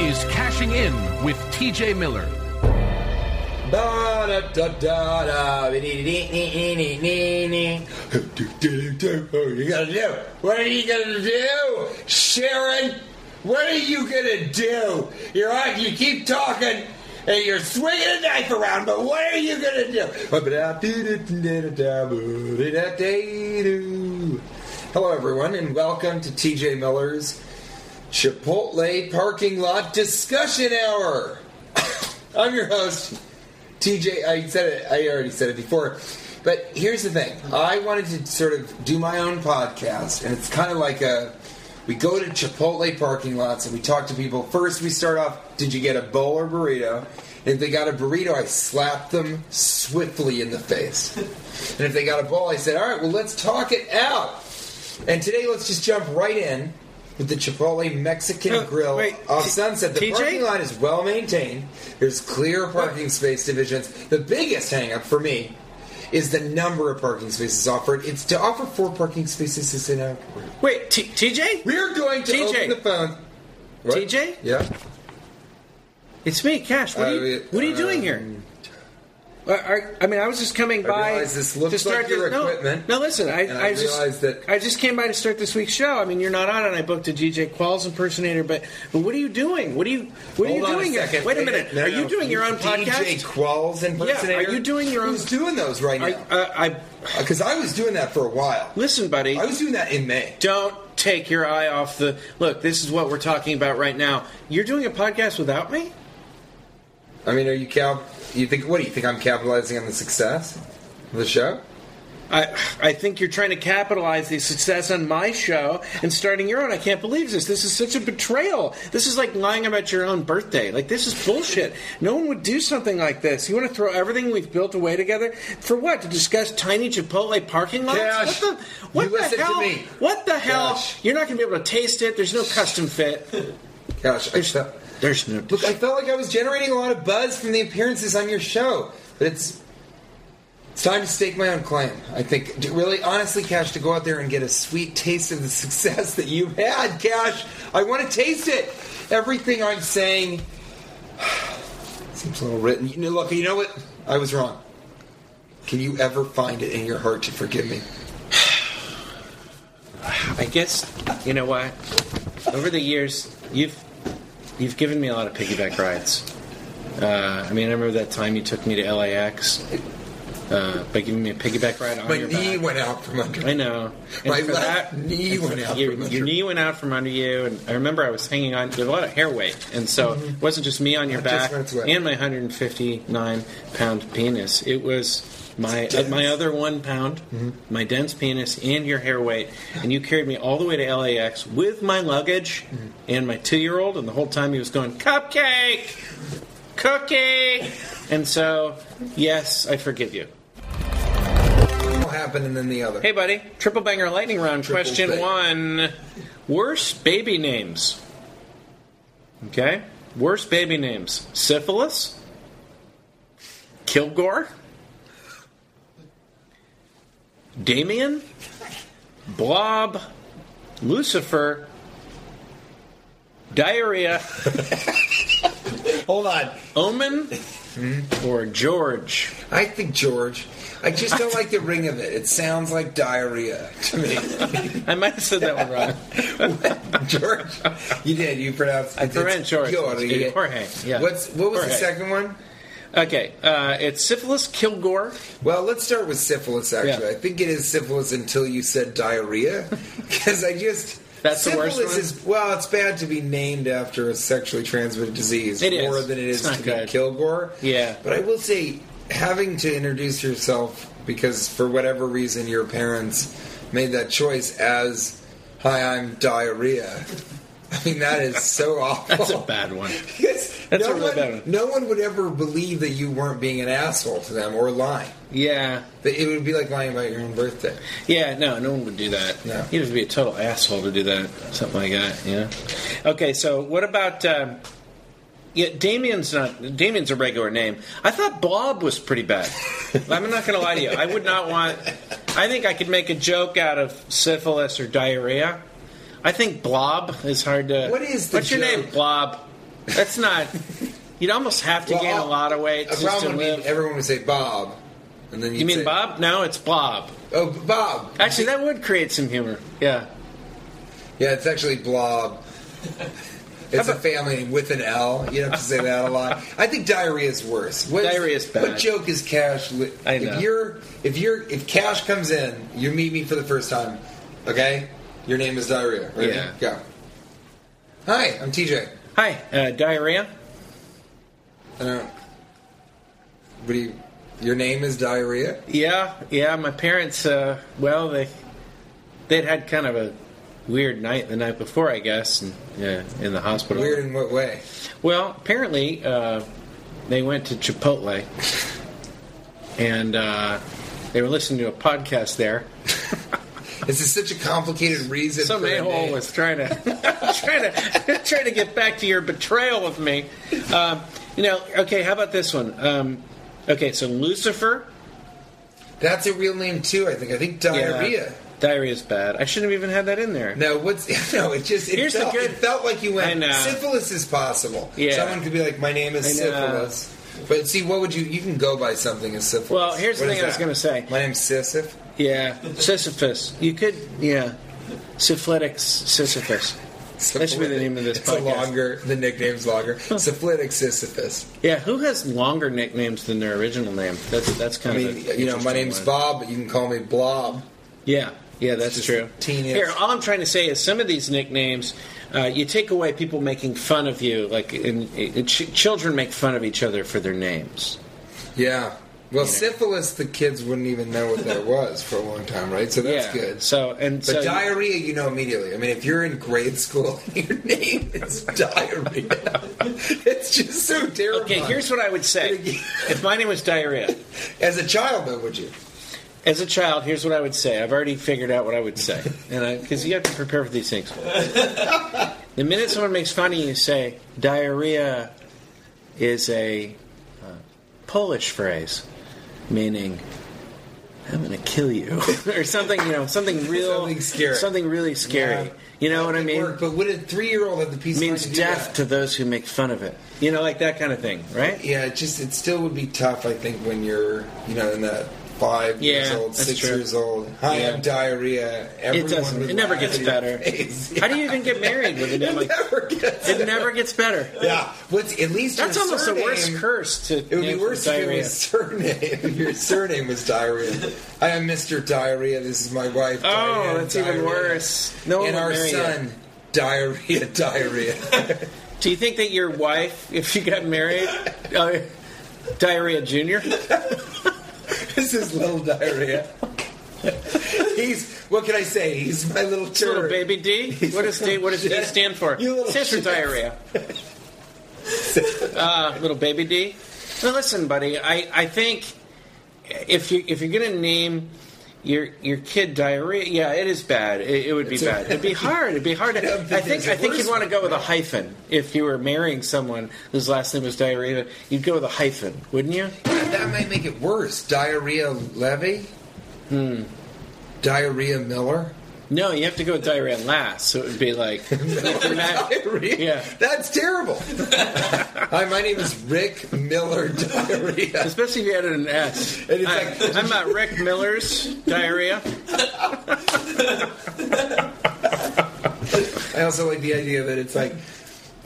is Cashing In with TJ Miller. Ba-da-da-da-da. Dee-dee-dee-dee-dee-dee-dee. What are you gonna do? What are you gonna do, Sharon? What are you gonna do? You're on, you keep talking and you're swinging a knife around, but what are you gonna do? Ba-da-dee-dee-dee-dee-dee-dee-dee-dee. Hello, everyone, and welcome to TJ Miller's Chipotle Parking Lot Discussion Hour. I'm your host, TJ, I said it. I already said it before, but here's the thing. I wanted to sort of do my own podcast, and it's kind of like a. We go to Chipotle parking lots and we talk to people. First, we start off. Did you get a bowl or burrito? And if they got a burrito, I slapped them swiftly in the face. and if they got a bowl, I said, "All right, well, let's talk it out." And today, let's just jump right in with the Chipotle Mexican Uh, Grill wait, off T- Sunset. The TJ? parking lot is well maintained. There's clear parking space divisions. The biggest hang up for me is the number of parking spaces offered. It's to offer four parking spaces is an outrage. Wait, T- TJ? We're going to TJ. open the phone. What? TJ? Yeah. It's me, Cash. What are you, Uh, what are you doing um, here? I, I, I mean, I was just coming by realize this looks to start like your this- no, equipment, No, listen, I, and I just realize that- I just came by to start this week's show. I mean, you're not on, and I booked a DJ Qualls impersonator. But, but what are you doing? What are you What Hold are you on doing? a second. here? Wait a minute. No, are no. you doing your own DJ podcast? Qualls impersonator? Yeah, are you doing your own- Who's doing those right I, now? uh, I Because I was doing that for a while. listen, buddy. I was doing that in May. don't take your eye off the look. This is what we're talking about right now. You're doing a podcast without me? I mean, are you cap? You think what do you think? I'm capitalizing on the success of the show. I, I think you're trying to capitalize the success on my show and starting your own. I can't believe this. This is such a betrayal. This is like lying about your own birthday. Like, this is bullshit. No one would do something like this. You want to throw everything we've built away together? For what? To discuss tiny Chipotle parking lots? Cash, what the, what you the listen to hell? me. What the hell? Cash. You're not going to be able to taste it. There's no custom fit. Gosh, I There's, felt, there's no. look, I felt like I was generating a lot of buzz from the appearances on your show, but it's it's time to stake my own claim. I think, d- really, honestly, Cash, to go out there and get a sweet taste of the success that you've had, Cash. I want to taste it. Everything I'm saying seems a little written. You know, look, you know what? I was wrong. Can you ever find it in your heart to forgive me? I guess you know what. Over the years, you've you've given me a lot of piggyback rides. Uh, I mean, I remember that time you took me to LAX uh, by giving me a piggyback ride on My your knee back. went out from under. me. I know. My left knee and for went out Your, from under your me. knee went out from under you, and I remember I was hanging on. There's a lot of hair weight, and so it wasn't just me on your Not Mm-hmm. just back when it's wet. and my 159 pound penis. It was my uh, dense. Mm-hmm. my other one pound, my dense penis, and your hair weight, and you carried me all the way to LAX with my luggage Mm-hmm. and my two year old, and the whole time he was going cupcake, cookie, and so yes, I forgive you. One happened and then the other. Hey, buddy. Triple banger lightning round. Triple question banger. one. Worst baby names. Okay. Worst baby names. Syphilis. Kilgore. Damien, Blob, Lucifer, Diarrhea, Hold on. Omen, Hmm? or George. I think George. I just don't like the ring of it. It sounds like diarrhea to me. I might have said that one wrong. George, you did. You pronounced. I pronounced George. Jorge. Jorge, yeah. What's what was the Jorge. second one? Okay, uh, it's syphilis, Kilgore. Well, let's start with syphilis. Actually, Yeah. I think it is syphilis until you said diarrhea, because I just That's the worst syphilis one? Is, well, it's bad to be named after a sexually transmitted disease It is. more than it It's is not to good. be Kilgore. Yeah. but I will say, having to introduce yourself because for whatever reason your parents made that choice as "Hi, I'm diarrhea." I mean, that is so awful. That's a bad one. Yes. That's no a really one, bad one. No one would ever believe that you weren't being an asshole to them or lying. Yeah, That It would be like lying about your own birthday. yeah, no, no one would do that. No. You'd have to be a total asshole to do that, something like that, you know? Okay, so what about. Um, yeah, Damien's not. Damien's a regular name. I thought Blob was pretty bad. I'm not going to lie to you. I would not want. I think I could make a joke out of syphilis or diarrhea. I think Blob is hard to. What is the What's your joke? name? Blob. That's not. You'd almost have to Well, gain a I'll- lot of weight A just to problem would mean live. everyone would say Bob. And then you'd You mean say, Bob? No, it's Blob. Oh, Bob. Actually, that would create some humor. Yeah. Yeah, it's actually Blob. It's a family name with an L. You have to say that a lot. I think diarrhea is worse. What Diarrhea's bad. What joke is Cash? Li- I know. If you're, if you're, if Cash comes in, you meet me for the first time. Okay, your name is diarrhea. Ready? Yeah. Go. Hi, I'm TJ. Hi, uh, diarrhea. I don't. What do you? Your name is diarrhea. Yeah, yeah. My parents, uh, well, they they'd had kind of a weird night the night before, I guess, and yeah, in the hospital. Weird in what way? Well, apparently, uh, they went to Chipotle, and uh, they were listening to a podcast there. This is such a complicated reason. Some for a a hole name. was trying to trying to trying to get back to your betrayal of me. Um, you know, okay. How about this one? Um, okay, so Lucifer. That's a real name too. I think. I think diarrhea. Diarrhea is bad. I shouldn't have even had that in there. No, what's no? It just it, Here's the felt, good- it felt like you went. I know. Syphilis is possible. Yeah. Someone could be like, "My name is I know. syphilis." But see, what would you? You can go by something as syphilis. Well, here's the What thing is I was that? gonna say. My name's Sisyph. Yeah, Sisyphus. You could, yeah, syphilitic Sisyphus. That should be the name of this It's a podcast. longer. The nickname's longer. Syphilitic Sisyphus. Yeah, who has longer nicknames than their original name? That's that's I kind of. mean, an you know, interesting my name's one. Bob, but you can call me Blob. Yeah, yeah, that's just true. tedious. Here, all I'm trying to say is some of these nicknames, uh, you take away people making fun of you. Like, in, in, ch- children make fun of each other for their names. Yeah. Well, syphilis, the kids wouldn't even know what that was for a long time, right? So that's yeah. good. So and But so. diarrhea, you know immediately. I mean, if you're in grade school and your name is diarrhea, it's just so terrible. okay, here's what I would say. if my name was diarrhea. As a child, though, would you? As a child, here's what I would say. I've already figured out what I would say, and because you have to prepare for these things. the minute someone makes fun of you, you say diarrhea is a uh, Polish phrase meaning I'm going to kill you or something. You know, something real, Something scary. something really scary. Yeah. You know what I mean? Work, but would a three-year-old have the peace It means of mind to do death that? to those who make fun of it. You know, like that kind of thing, right? Yeah, it just it still would be tough. I think when you're you know in that five Yeah, years old, that's six true. years old. Hi, Yeah. I'm diarrhea. Everyone doesn't. would It never laugh gets at your better. face. How do you even get married with a name like? It never gets. It never gets better. Yeah, what's at least That's your almost the worst surname- curse to. It would be worse if it diarrhea. was surname. if your surname was diarrhea. I am Mr. Diarrhea. This is my wife. Oh, Diane, that's even Diarrhea. worse. No one and would our marry son, diarrhea, diarrhea. Do you think that your wife, if you got married, uh, diarrhea junior? this is little diarrhea. He's what can I say? He's my little turd. Little baby D. What does D? What does D stand for? You little Stands for shit. diarrhea. Uh, little baby D. Now listen, buddy. I, I think if you if you're gonna name your your kid diarrhea, yeah, it is bad. It, it would be It's bad. a- It'd be hard. It'd be hard. To, Yeah, but I think there's a I think worse you'd want to go with a hyphen if you were marrying someone whose last name was diarrhea. You'd go with a hyphen, wouldn't you? That might make it worse. Diarrhea levy. Diarrhea Miller. No, you have to go with diarrhea last. So it would be like, Diarrhea? Yeah. That's terrible. Hi, my name is Rick Miller Diarrhea. especially if you added an S. And it's I- like- I'm at Rick Miller's diarrhea. I also like the idea that it's like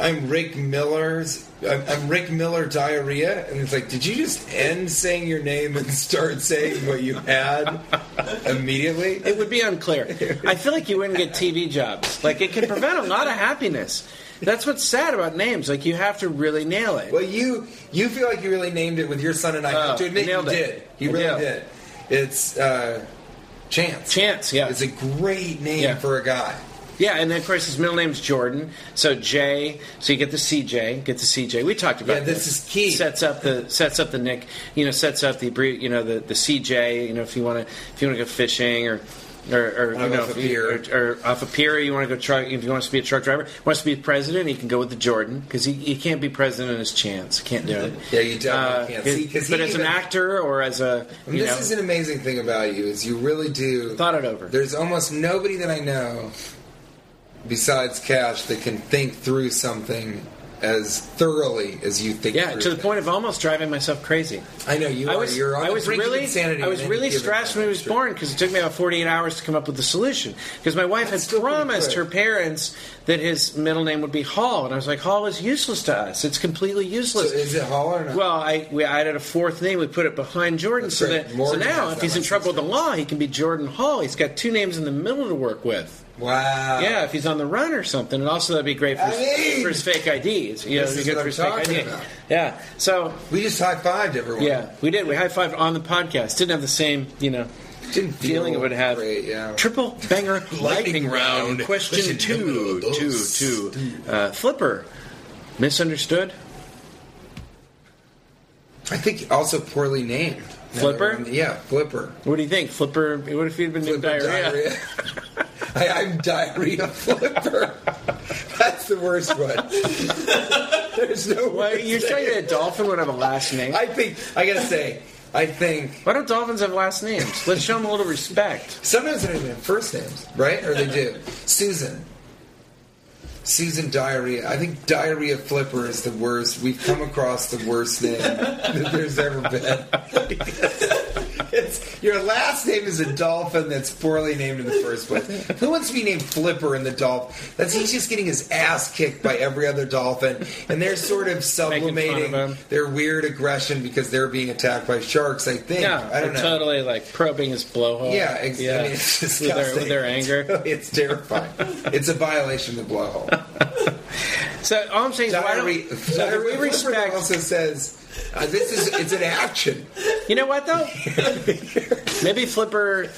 I'm Rick Miller's. I'm, I'm Rick Miller diarrhea, and it's like, did you just end saying your name and start saying what you had immediately? It would be unclear. I feel like you wouldn't get TV jobs. Like it can prevent a lot of happiness. That's what's sad about names. Like you have to really nail it. Well, you you feel like you really named it with your son, and I have Oh, to admit you nailed it. did. You I really did. did. It's uh, chance. Chance, yeah. It's a great name Yeah. for a guy. Yeah, and then of course his middle name's Jordan, so J. So you get the CJ, get the CJ. We talked about Yeah, this is key. Sets up the sets up the nick, you know, sets up the abbre- you know the, the CJ. You know, if you want to if you want to go fishing or or, or you Off know a if you- pier. or, or off a pier, you want to go truck. If you want to be a truck driver, wants to be president, he can go with the Jordan because he, he can't be president as Chance. Can't do it. Uh, Yeah, you definitely can't. See, 'cause but he as an even- actor or as a I mean, you this know, is an amazing thing about you is you really do Thought it over. There's almost nobody that I know besides Cash that can think through something as thoroughly as you think. yeah, through to the things. point of almost driving myself crazy. I know you I are. was, you're on I the was brink of really, insanity I was at any really given stressed time. when he was Sure. born because it took me about 48 hours to come up with the solution. Because my wife That's had still pretty promised quick. her parents that his middle name would be Hall, and I was like, Hall is useless to us. It's completely So useless. is it Hall or not? well, I we I added a fourth name. We put it behind Jordan, That's so right. that Morgan so now has if that he's in one, trouble with the that's law, he can be Jordan Hall. He's got two names in the middle to work with. wow. Yeah, if he's on the run or something, and also that'd be great for, I his, mean, for his fake IDs. You know, this it'd is be good what for his I'm fake talking ID. about. Yeah, so We just high fived everyone. yeah, we did. We high fived on the podcast. Didn't have the same, you know, Didn't feeling it feel would have. great, yeah. Triple banger lightning, round. round. Question Question two, numero two, dos. two. Uh, Flipper, misunderstood. I think also poorly named. Flipper? Another one- Yeah, Flipper. What do you think, Flipper? What if he'd been named Flipper diarrhea? I, I'm diarrhea flipper. That's the worst one. There's no Why, way. you're saying that a dolphin would have a last name? I think I gotta say, I think Why don't dolphins have last names? Let's show them a little respect. sometimes they don't even have first names, right? Or they do. Susan. Susan Diarrhea. I think Diarrhea Flipper is the worst. We've come across the worst name that there's ever been. It's, your last name is a dolphin that's poorly named in the first place. Who wants to be named Flipper in the dolphin? That's he's just getting his ass kicked by every other dolphin, and they're sort of him. sublimating their weird aggression because they're being attacked by sharks. I think. Yeah, I don't they're know. totally like probing his blowhole. Yeah, ex- I mean, it's with, their, with disgusting. their anger. It's terrifying. it's a violation of the blowhole. So all I'm saying is, why don't so Diarrhea, if we Diarrhea Flipper respect? also says uh, this is it's an action. You know what though? Maybe Flipper.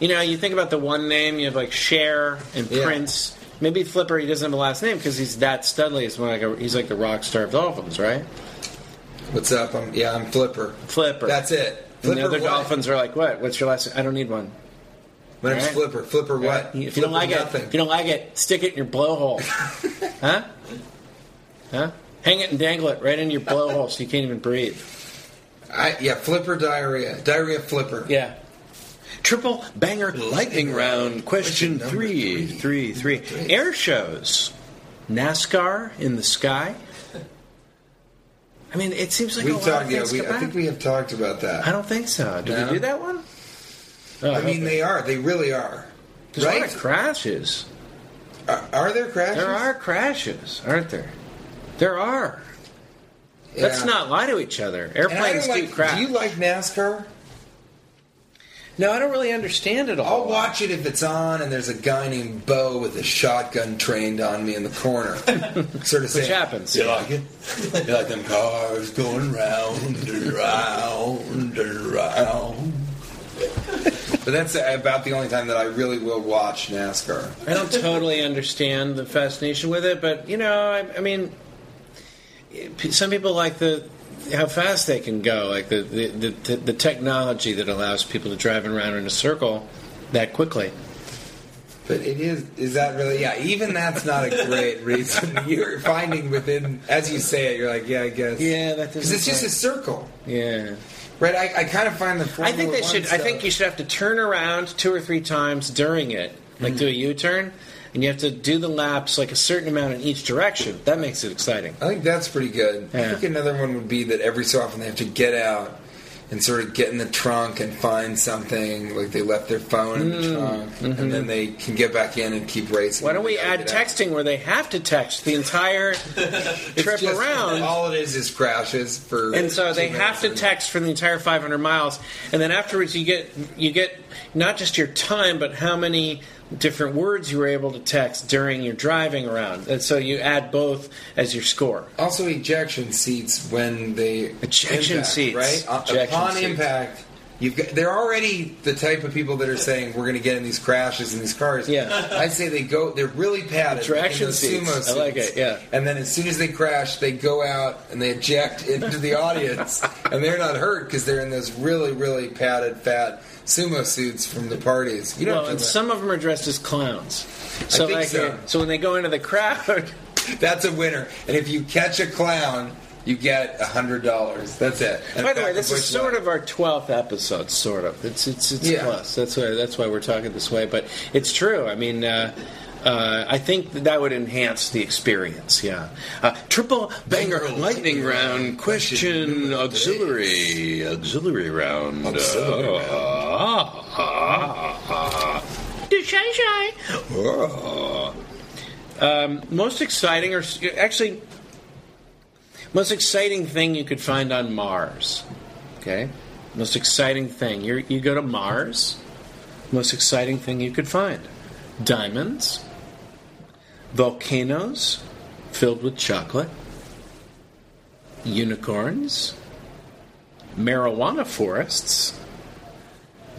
You know, you think about the one name you have like Cher and Yeah. Prince. Maybe Flipper he doesn't have a last name because he's that studly. He's more like a, he's like the rock star of dolphins, right? What's up? I'm, yeah, I'm Flipper. Flipper. That's it. And Flipper the other what? dolphins are like, what? What's your last? name? I don't need one. My name's Right. Flipper. Flipper If what? you don't Flipper like nothing. it, if you don't like it, stick it in your blowhole, huh? Huh? Hang it and dangle it right into your blowhole so you can't even breathe. I, yeah, Flipper diarrhea. Diarrhea Flipper. Yeah. Triple banger lightning round. Question number three, three, three. Air shows. NASCAR in the sky. I mean, it seems like We a lot talked. of Yeah, things we, come I back. think we have talked about that. I don't think so. Did No. we do that one? Oh, I mean, they are. They really are. there's a lot right? of crashes. are, are there crashes? There are crashes, aren't there? There are. Yeah. Let's not lie to each other. And I Airplanes don't do like. crash. Do you like NASCAR? no, I don't really understand it all. I'll watch it if it's on, and there's a guy named Bo with a shotgun trained on me in the corner, sort of Which saying, happens. You like it? You like them cars going round and round and round. But that's about the only time that I really will watch NASCAR. I don't totally understand the fascination with it, but you know, I, I mean, p- some people like the how fast they can go, like the the, the the the technology that allows people to drive around in a circle that quickly. But it is, is that really, yeah, even that's not a great reason. You're finding within, as you say it, you're like, yeah, I guess. Yeah, that doesn't Because it's just a sound- circle. Yeah. Right, I, I kind of find the I Formula think they One should. I stuff- think you should have to turn around two or three times during it, like do a U-turn, and you have to do the laps like a certain amount in each direction. That makes it exciting. I think that's pretty good. I Yeah. think another one would be that every so often they have to get out and sort of get in the trunk and find something, like they left their phone in the trunk, and then they can get back in and keep racing. Mm, mm-hmm. Why don't They we gotta add get out. texting where they have to text the entire It's trip just- around? All it is is crashes for. and so they two have to minutes. text for the entire 500 miles and then afterwards you get you get not just your time but how many different words you were able to text during your driving around and so you add both as your score Also, ejection seats when they Ejection impact, seats. right Uh, Ejection upon seats. impact. You've got, they're already the type of people that are saying we're going to get in these crashes in these cars. Yeah. I say they go. They're really padded. like in Ejection those seats. sumo I like suits. it, yeah. And then as soon as they crash, they go out and they eject into the audience, and they're not hurt because they're in those really, really padded, fat sumo suits from the parties. You know, well, and some of them are dressed as clowns so think like, so. uh, so when they go into the crowd That's a winner. And if you catch a clown, you get a hundred dollars. That's it. And By the way, back to this is Bushwhack. sort of our twelfth episode, sort of. It's it's it's Yeah. close. That's why that's why we're talking this way. But it's true. I mean. Uh, uh, I think that, that would enhance the experience. Yeah, uh, triple banger Banger lightning lightning round round question question number auxiliary auxiliary round. Auxiliary Uh, round. ah, ah, ah, ah. Do shy shy. Ah. Um, most exciting, or s- actually, most exciting thing you could find on Mars. Okay? Most exciting thing. you you go to Mars, most exciting thing you could find diamonds, volcanoes filled with chocolate, unicorns, marijuana forests,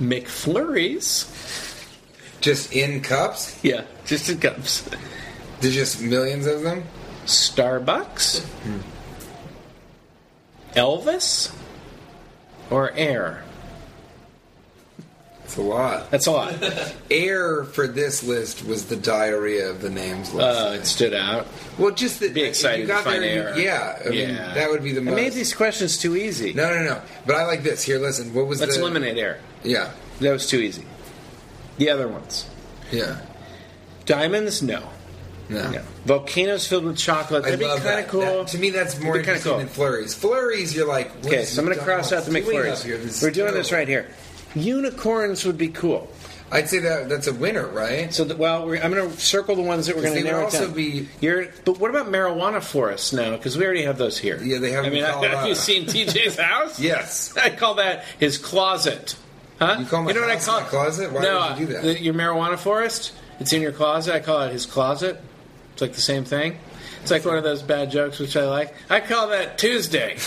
McFlurries. just in cups. Yeah, just in cups. There's just millions of them. Starbucks, Elvis, or Air. It's a lot. That's a lot. Air for this list was the diarrhea of the names list. Uh, it stood out. well, just that Be excited if you got to find there, air. you- Yeah, I mean, Yeah. that would be the I most. made these questions too easy. No, no, no. But I like this. Here, listen. What was Let's the eliminate air. Yeah, That was too easy. The other ones. yeah. Diamonds, no. No. No. Volcanoes filled with chocolate. I That'd love be kind that. of cool. That- to me, that's more It'd be kinda interesting cool. than flurries. Flurries, you're like. what Okay, is so I'm going to cross out McDonald's the doing up McFlurries. here? This We're is doing this terrible. right here. Unicorns would be cool. I'd say that that's a winner, right? So, the, well, we're, I'm going to circle the ones that we're 'Cause going to they would narrow it also down. be- You're, but what about marijuana forests now? Because we already have those here. Yeah, they have I them mean, in I- have Colorado. you seen TJ's house? Yes. I call that his closet. Huh? You call my know what house I call my closet? Why no, would you do that? uh, your marijuana forest. It's in your closet. I call it his closet. It's like the same thing. It's like one of those bad jokes, which I like. I call that Tuesday.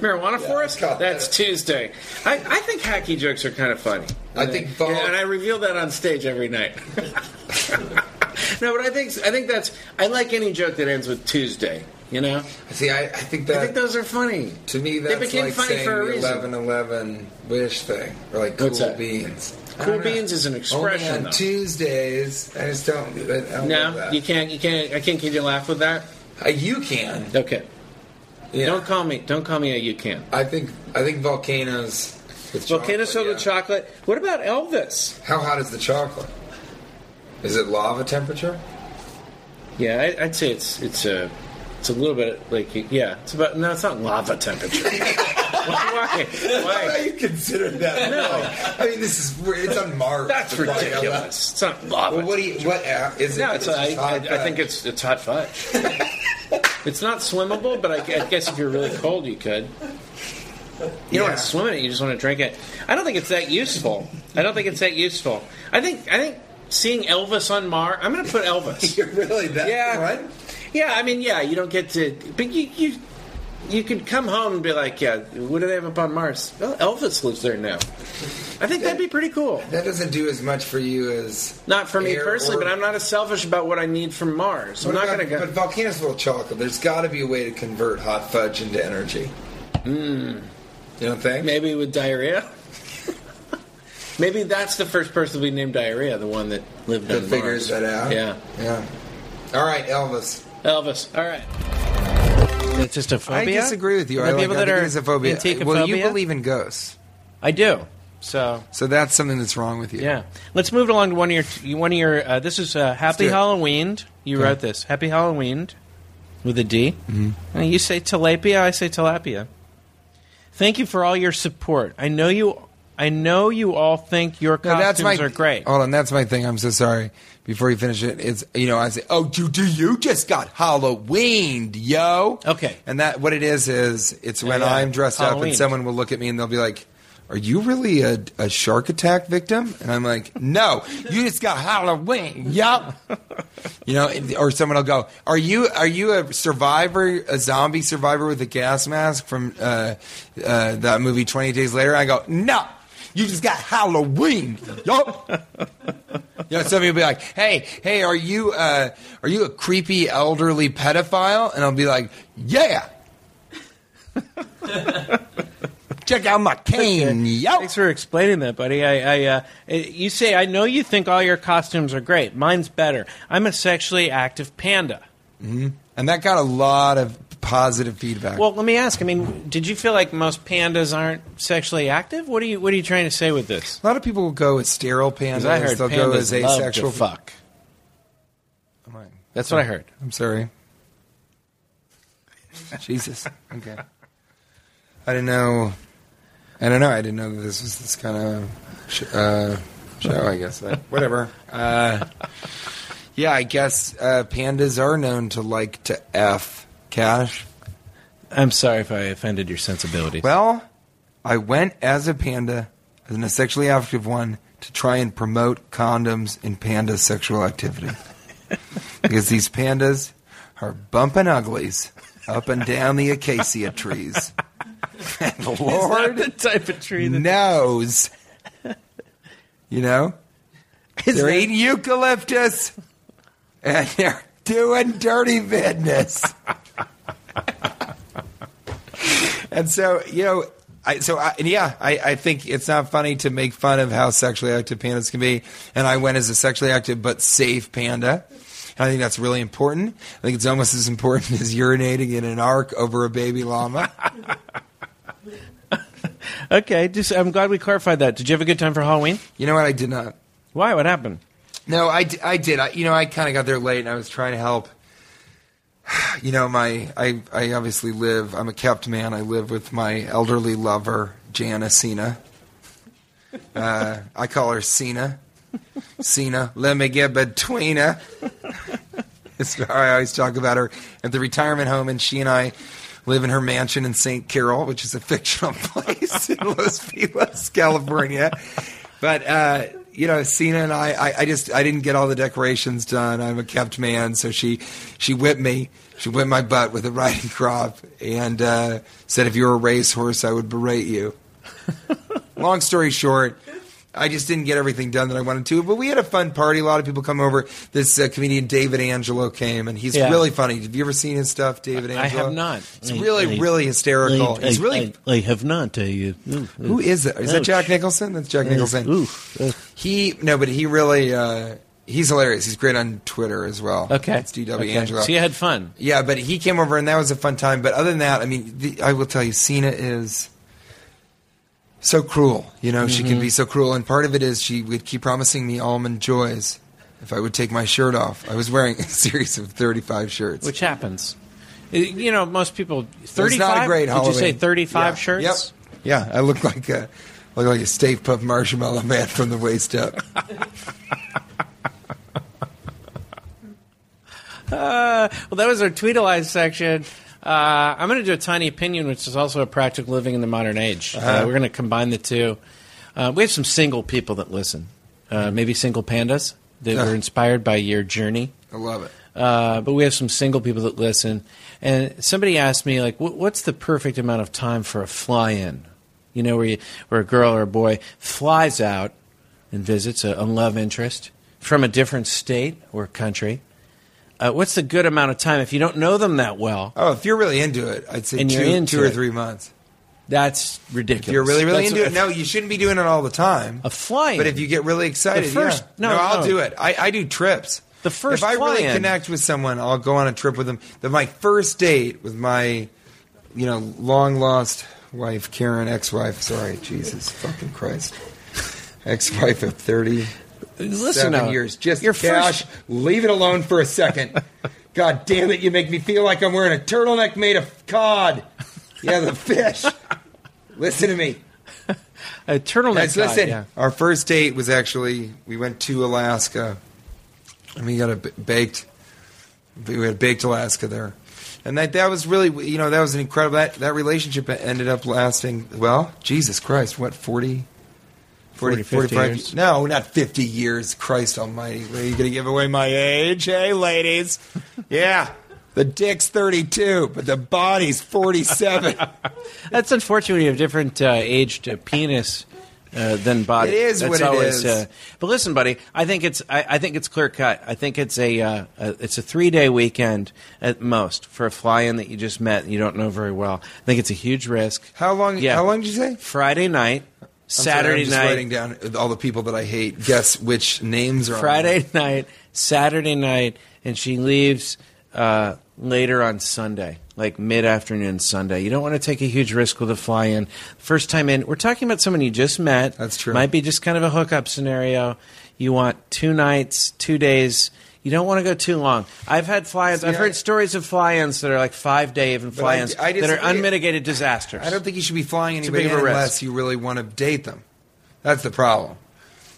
marijuana forest. call that- That's Tuesday. I, I think hacky jokes are kind of funny. I think vol- and I reveal that on stage every night. no, but I think I think that's I like any joke that ends with Tuesday. You know, See, I, I think I that think those are funny. to me that's they became like funny saying for a the reason. 11-11 wish thing, or like cool What's that? beans. I Cool don't know. beans is an Only expression. on though. Tuesdays. I just don't. I don't love no, that. you can't. You can't. I can't give you a laugh with that. Uh, you can. Okay. Yeah. Don't call me. Don't call me a you can. I think. I think volcanoes. With Volcanoes filled chocolate, with yeah. chocolate. What about Elvis? How hot is the chocolate? Is it lava temperature? Yeah, I, I'd say it's it's a it's a little bit like yeah. It's about no. It's not lava temperature. why? Why do Why? you consider that? no. I mean, this is. weird. It's on Mars. That's Like, I love- ridiculous. It's not lava. Well, what do you? What uh, is it? no, it's, just I, I, hot I think fudge? it's it's hot fudge. it's not swimmable, but I, gu- I guess if you're really cold, you could. You don't Yeah. want to swim in it. You just want to drink it. I don't think it's that useful. I don't think it's that useful. I think I think seeing Elvis on Mars. I'm going to put Elvis. You're really that yeah, one? yeah. I mean, yeah. You don't get to, but you you you could come home and be like, yeah. What do they have up on Mars? Well, Elvis lives there now. I think that'd be pretty cool. That doesn't do as much for you as Not for me air personally, or- but I'm not as selfish about what I need from Mars. I'm What not about- going to go. But volcanoes full of chocolate. There's got to be a way to convert hot fudge into Hmm. energy. Mm. You don't think? Maybe with diarrhea. Maybe that's the first person we named diarrhea, the one that lived That on figures Mars. that out. Yeah, Yeah. All right, Elvis. Elvis. All right. That's just a phobia. I disagree with you. The I, like, people I that think are it is a phobia. anticophobia? Well, you believe in ghosts, I do. So so that's something that's wrong with you. yeah, let's move along to one of your one of your. Uh, this is uh, Happy do it. Halloween. You wrote this. Happy Halloween with a D. Mm-hmm. Uh, you say tilapia. I say tilapia. Thank you for all your support. I know you. I know you all think your No, that's costumes my, Oh. are great. Hold on, that's my thing. I'm so sorry. Before you finish it, it's you know I say, oh, you do you just got Halloweened, yo? Okay. And that what it is is it's when yeah. I'm dressed up Halloweened. and someone will look at me and they'll be like, "Are you really a, a shark attack victim?" And I'm like, "No, you just got Halloween, yup." you know, and- or someone will go, "Are you are you a survivor, a zombie survivor with a gas mask from uh, uh, that movie Twenty Days Later?" I go, "No." You just got Halloween, yup. You know, somebody will be like, "Hey, hey, are you uh, are you a creepy elderly pedophile?" And I'll be like, "Yeah." Check out my cane, yo. Thanks for explaining that, buddy. I, I uh, you say I know you think all your costumes are great. Mine's better. I'm a sexually active panda. And that got a lot of positive feedback. Well, let me ask. I mean, did you feel like most pandas aren't sexually active? What are you What are you trying to say with this? a lot of people will go as sterile pandas. 'Cause I heard They'll pandas go as love asexual. to fuck. I'm like, That's what I heard. I'm sorry. Jesus. Okay. I didn't know. I don't know. I didn't know that this was this kind of sh- uh, show. I guess. Uh, whatever. Uh, yeah, I guess uh, pandas are known to like to f cash. I'm sorry if I offended your sensibilities. Well, I went as a panda, as a sexually active one, to try and promote condoms in panda sexual activity. because these pandas are bumping uglies up and down the acacia trees. and the Is that the Lord type of tree that knows. You know? is They're that- eating eucalyptus and they're doing dirty business. and so, you know, I, so I, and yeah, I, I think it's not funny to make fun of how sexually active pandas can be. And I went as a sexually active but safe panda. And I think that's really important. I think it's almost as important as urinating in an arc over a baby llama. Mm. Okay, just I'm glad we clarified that. Did you have a good time for Halloween? You know what? I did not. Why? What happened? No, I, d- I did. I, you know, I kind of got there late, and I was trying to help. You know, my I, I obviously live. I'm a kept man. I live with my elderly lover, Jana Cena. Uh, I call her Cena. Cena, let me get between her. It's how I always talk about her at the retirement home, and she and I live in her mansion in St. Carol, which is a fictional place in Los Feliz, California. But uh, you know, Cena and I, I, I just I didn't get all the decorations done. I'm a kept man, so she she whipped me. She whipped my butt with a riding crop and uh, said, "If you were a racehorse, I would berate you." long story short, I just didn't get everything done that I wanted to. But we had a fun party. A lot of people come over. This uh, comedian David Angelo came, and he's Yeah. really funny. Have you ever seen his stuff, David Angelo? I have not. It's I- really, I- really hysterical. I- He's I- really. I, I have not. I, uh, who is that? Is that Ouch. Jack Nicholson? That's Jack Nicholson. oof, uh. He no, but he really uh, he's hilarious. He's great on Twitter as well. Okay. it's DW Okay. Angelo. So you had fun. Yeah, but he came over and that was a fun time. But other than that, I mean, the, I will tell you, Cena is so cruel. You know, she can be so cruel, and part of it is she would keep promising me almond joys if I would take my shirt off. I was wearing a series of thirty-five shirts. Which happens. Uh, You know, most people. It's Thirty-five. not a great Did Halloween. you say thirty-five Yeah. shirts? Yep. Yeah, I look like a look like a Stave Puff Marshmallow Man from the waist up. Uh, well, that was our tweetalized section. Uh, I'm going to do a tiny opinion, which is also a practical living in the modern age. uh we're going to combine the two. Uh, we have some single people that listen, uh, maybe single pandas that Uh. were inspired by your journey. I love it. Uh, but we have some single people that listen. And somebody asked me, like, "Wh- what's the perfect amount of time for a fly in? You know, where, you, where a girl or a boy flies out and visits a, a love interest from a different state or country. Uh, what's the good amount of time if you don't know them that well? Oh, if you're really into it, I'd say And you're two, into two or it. three months. That's ridiculous. If you're really, really That's into a- it, no, you shouldn't be doing it all the time. A fly-in. But if you get really excited, The first- yeah. no, I'll no. do it. I, I do trips. The first if I really fly-in. connect with someone, I'll go on a trip with them. The, my first date with my, you know, long lost wife, Karen, ex-wife. Sorry, Jesus fucking Christ, ex-wife of thirty Listen, seven now, years. Just your Cash, first. leave it alone for a second. God damn it, you make me feel like I'm wearing a turtleneck made of cod. Yeah, the fish. Listen to me. A turtleneck. Guys, guy, listen. yeah. Our first date was actually we went to Alaska, and we got a b- baked. We had baked Alaska there, and that that was really you know that was an incredible that that relationship e, ended up lasting well. Jesus Christ, what 40, 40, 40, 50 45 years. No, not fifty years. Christ Almighty, are you going to give away my age? Hey, ladies, yeah. The dick's 32, but the body's 47. That's unfortunate. You have different uh, aged uh, penis uh, than body. It is That's what it always, is. Uh, but listen, buddy, I think it's I, I think it's clear cut. I think it's a, uh, a it's a three day weekend at most for a fly in that you just met and you don't know very well. I think it's a huge risk. How long- Yeah. how long did you say? Friday night, I'm sorry, Saturday I'm just night, writing down all the people that I hate. Guess which names are on Friday night, Saturday night, and she leaves uh, later on Sunday, like mid afternoon Sunday. You don't want to take a huge risk with a fly in. First time in, we're talking about someone you just met. That's true. Might be just kind of a hookup scenario. You want two nights, two days. You don't want to go too long. I've had fly-ins. I've See, I- heard stories of fly-ins that are like five day even I- fly-ins I that are disagree. unmitigated disasters. I don't think you should be flying It's a anybody big of a unless risk. you really want to date them. That's the problem.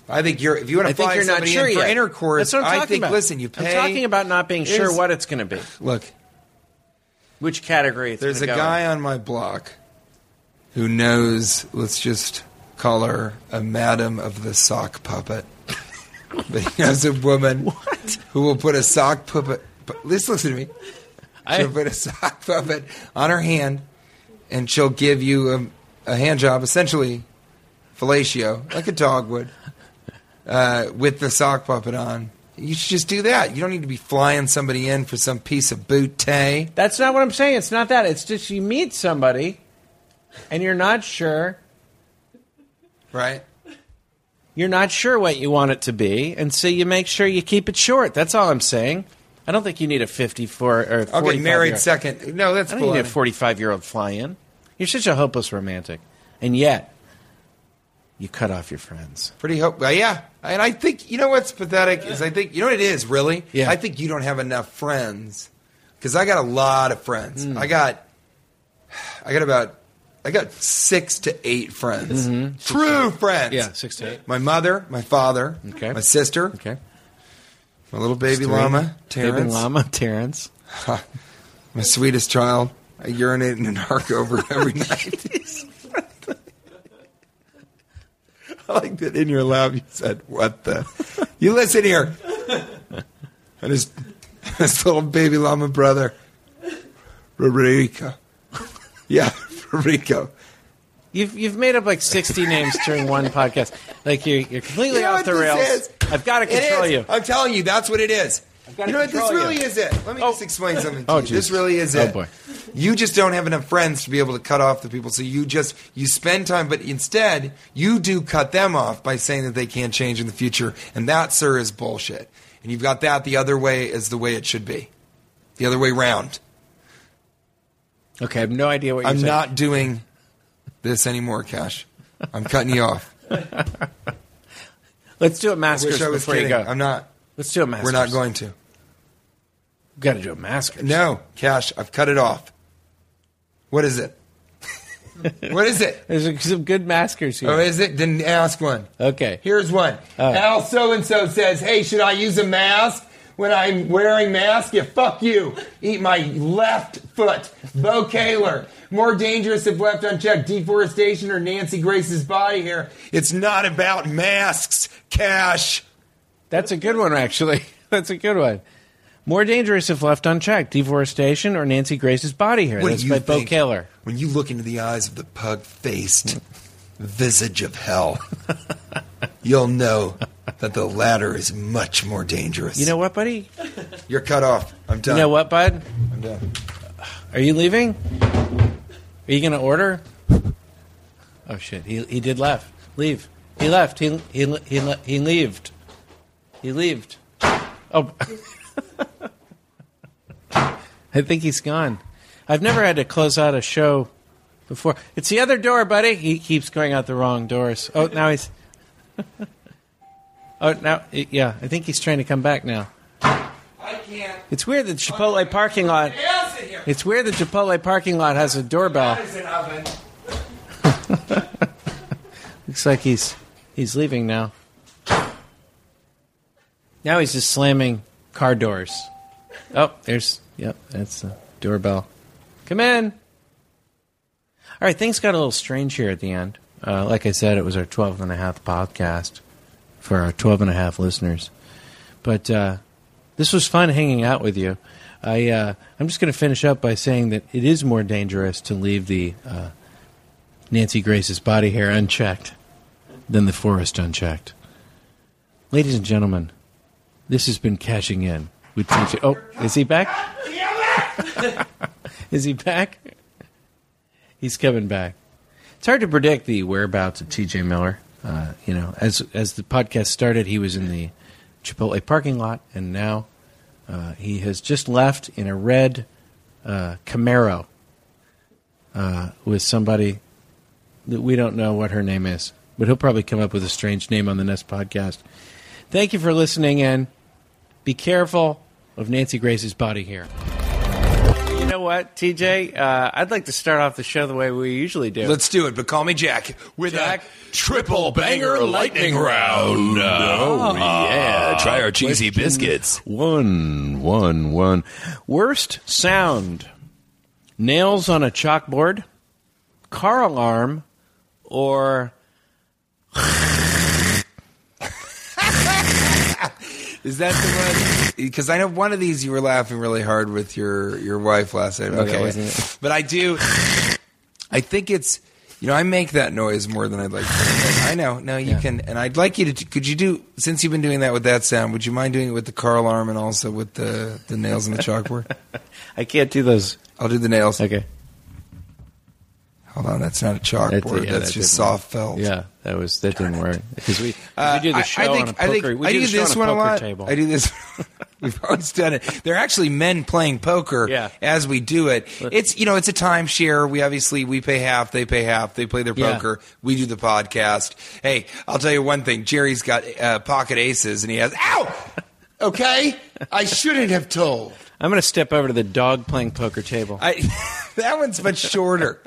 I think you're if you want I to think fly you're not somebody sure in for yet. That's intercourse. what I'm I talking think about. listen, you pay. I'm talking about not being sure Here's- what it's going to be, Look, which category. It's there's a gonna go in. guy on my block who knows. Let's just call her a madam of the sock puppet. but he knows a woman who will put a sock puppet. pu- Listen, listen to me. She'll put a sock puppet on her hand, and she'll give you a, a hand job, essentially fellatio, like a dog would, uh, with the sock puppet on. You should just do that. You don't need to be flying somebody in for some piece of bootay. That's not what I'm saying. It's not that. It's just you meet somebody and you're not sure. right? You're not sure what you want it to be. And so you make sure you keep it short. That's all I'm saying. I don't think you need a 54 or 45 I'll get married year- second. No, that's I don't need a baloney. 45 year old fly in. You're such a hopeless romantic. And yet, you cut off your friends. Pretty hope. Uh, yeah. And I think, you know what's pathetic is I think, you know what it is, really? Yeah. I think you don't have enough friends because I got a lot of friends. I got, I got about, I got six to eight friends. True friends. Yeah, six to eight. My mother, my father, Okay. my sister, Okay. my little baby llama, Terrence, Baby llama, Terrence. my sweetest child. I urinate in an arc over every night. I like that in your lab you said, What the? You listen here. And his, his little baby llama brother, Rodrigo. Yeah, Rodrigo. You've, you've made up like 60 names during one podcast. Like you're, you're completely You know off what the this rails. is? I've got to It control is. you. I'm telling you, that's what it is. gotta You know what? This control really you. is it. Let me just explain something to Oh, you. This Jesus. really is Oh, it. boy. You just don't have enough friends to be able to cut off the people. So you just you spend time, but instead you do cut them off by saying that they can't change in the future, and that, sir, is bullshit. And you've got that the other way is the way it should be, the other way round. Okay, I have no idea what you're I'm saying. not doing this anymore, Cash. I'm cutting you off. Let's do a I maskers wish I was before kidding. you go. I'm not. Let's do a maskers. We're not going to. We've got to do a maskers. No, Cash, I've cut it off. What is it? what is it? There's a- some good maskers here. Oh, is it? Didn't ask one. Okay. Here's one. Al so and so says, "Hey, should I use a mask when I'm wearing mask? Yeah, fuck you. Eat my left foot." Bo Kaler. More dangerous if left unchecked, deforestation or Nancy Grace's body hair. It's not about masks, Cash. That's a good one, actually. That's a good one. More dangerous if left unchecked, deforestation or Nancy Grace's body hair. What do That's you by Bo think Kaler. When you look into the eyes of the pug faced visage of hell, you'll know that the latter is much more dangerous. You know what, buddy? you're cut off. I'm You done. know what, bud? I'm done. Are you leaving? Are you going to order? Oh shit! He he did left. Leave. He left. He he he le- he leaved. He leaved. Oh. I think he's gone. I've never had to close out a show before. It's the other door, buddy. He keeps going out the wrong doors. Oh, now he's. oh, now yeah. I think he's trying to come back now. I can't. It's weird that Chipotle parking lot. Yes, in here. It's weird that Chipotle parking lot has a doorbell. That is an oven. Looks like he's he's leaving now. Now he's just slamming car doors. Oh, there's yep, that's the doorbell. Come in. All right, things got a little strange here at the end. Uh, like I said, it was our 12 and a half podcast for our 12 and a half listeners. But uh, this was fun hanging out with you. I uh, I'm just going to finish up by saying that it is more dangerous to leave the uh, Nancy Grace's body hair unchecked than the forest unchecked. Ladies and gentlemen, this has been cashing in with TJ. Oh, is he back? is he back? He's coming back. It's hard to predict the whereabouts of TJ Miller. Uh, you know, as as the podcast started, he was in the Chipotle parking lot, and now uh, he has just left in a red uh, Camaro uh, with somebody that we don't know what her name is, but he'll probably come up with a strange name on the next podcast. Thank you for listening and be careful of Nancy Grace's body here. You know what, TJ? Uh, I'd like to start off the show the way we usually do. Let's do it, but call me Jack with Jack? a triple banger lightning round. Oh, yeah. Try our cheesy biscuits. One, one, one. Worst sound nails on a chalkboard, car alarm, or. Is that the one? Because I know one of these you were laughing really hard with your, your wife last night. that wasn't it. But I do. I think it's. You know, I make that noise more than I'd like to. I know. No, you can. And I'd like you to. Could you do. Since you've been doing that with that sound, would you mind doing it with the car alarm and also with the, the nails on the chalkboard? I can't do those. I'll do the nails. Okay. Hold on, that's not a chalkboard. That's- That's, yeah, that just didn't work. soft felt. Yeah, that was that didn't work because we, 'cause Uh, we do I- the show I think, on a I poker. think- we I do do the show this on a one a poker lot. table. I do this. We've always done it. They're actually men playing poker Yeah. as we do it. It's you know it's a timeshare. We obviously we pay half, they pay half. They play their Yeah. poker. We do the podcast. Hey, I'll tell you one thing. Jerry's got uh, pocket aces, and he has ow. Okay, I shouldn't have told. I'm going to step over to the dog playing poker table. I, that one's much shorter.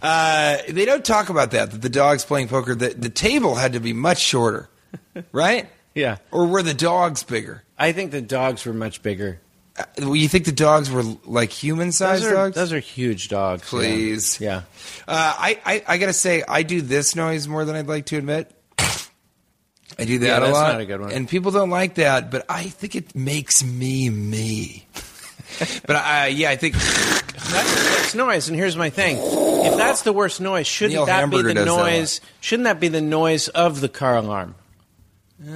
Uh, they don't talk about that. That the dog's playing poker. The, the table had to be much shorter, right? yeah, Or were the dogs bigger? I think the dogs were much bigger. Uh, well, you think the dogs were like human Those sized are dogs? those are huge dogs. yeah. Please. yeah. Uh, I, I, I gotta say, I do this noise more than I'd like to admit. I do that Yeah, a that's lot. not a good one. And people don't like that, but I think it makes me me. but I, yeah, I think That's the worst noise, and here's my thing: if that's the worst noise, shouldn't Neil that Hamburger be the does that a lot. noise? Shouldn't that be the noise of the car alarm?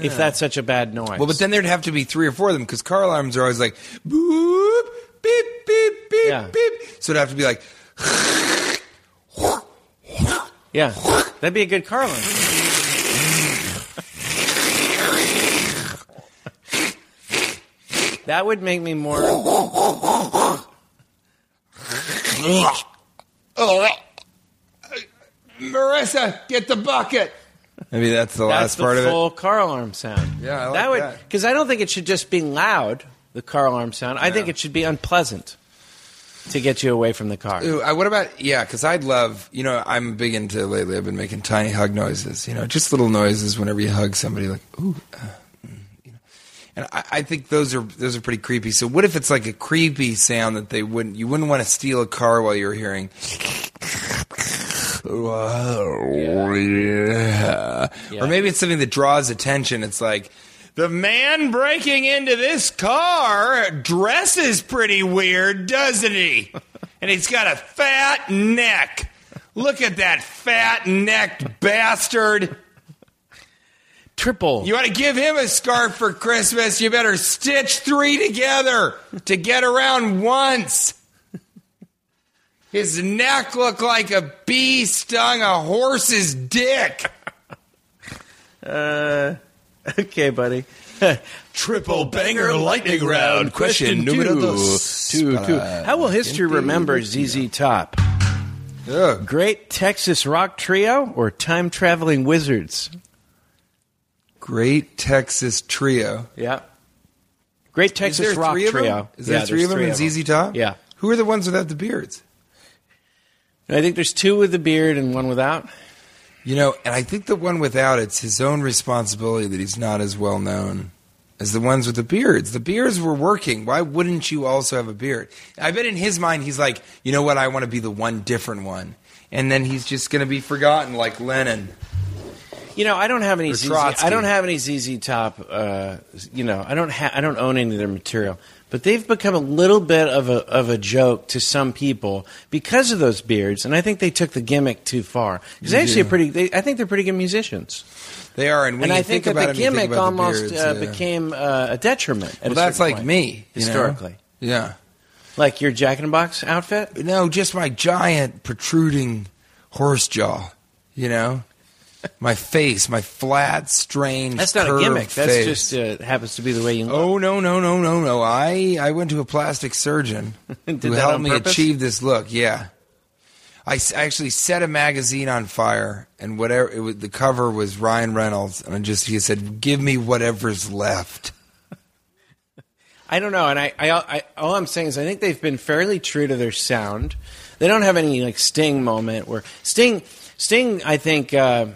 If that's such a bad noise, Well, but then there'd have to be three or four of them because car alarms are always like boop, beep, beep, beep, Yeah. beep. So it'd have to be like, yeah, that'd be a good car alarm. that would make me more Marissa, get the bucket. Maybe that's the That's last the part of full it. car alarm sound. Yeah, I like that would that. because I don't think it should just be loud. The car alarm sound. I think it should be unpleasant to get you away from the car. Ooh, I, what about yeah? Because I'd love you know I'm big into lately. I've been making tiny hug noises. You know, just little noises whenever you hug somebody, like ooh. Uh, mm, you know. and I, I think those are those are pretty creepy. So what if it's like a creepy sound that they wouldn't you wouldn't want to steal a car while you're hearing? Oh, yeah. Or maybe it's something that draws attention. It's like the man breaking into this car dresses pretty weird, doesn't he? and he's got a fat neck. Look at that fat necked bastard. Triple. You want to give him a scarf for Christmas? You better stitch three together to get around once. His neck looked like a bee stung a horse's dick. Okay, buddy. Triple banger lightning round. Question numero dos. Two, two. How will history remember ZZ Top? Ugh. Great Texas rock trio or time traveling wizards? Great Texas Trio. Yeah. Great Texas Is there rock three of them? trio. Is there Yeah, three there's of them in ZZ Top? Yeah. Who are the ones without the beards? And I think there's two with the beard and one without. You know, and I think the one without it's his own responsibility that he's not as well known as the ones with the beards. The beards were working. Why wouldn't you also have a beard? I bet in his mind he's like, you know what? I want to be the one different one, and then he's just going to be forgotten like Lennon. You know, I don't have any. Or ZZ, Trotsky. I don't have any ZZ Top. Uh, you know, I don't. Ha- I don't own any of their material, but they've become a little bit of a of a joke to some people because of those beards, and I think they took the gimmick too far. Because they're actually a pretty. They, I think they're pretty good musicians, They are, and when and you I think, about that him, the you gimmick think about the almost beards, uh, yeah. became uh, a detriment. at Well, a that's certain like point, me you know? historically, Yeah. like your Jack in the Box outfit. No, just my giant protruding horse jaw. You know, my face, my flat, strange. That's not a curved gimmick. That's face. just uh, happens to be the way you. look. Oh no no no no no! I I went to a plastic surgeon Did who that helped on me purpose? achieve this look. Yeah, I s- actually set a magazine on fire, and whatever it was, the cover was Ryan Reynolds, and I just he said, "Give me whatever's left." I don't know, and I, I, I, all I'm saying is I think they've been fairly true to their sound. They don't have any like Sting moment where Sting, Sting, I think, uh,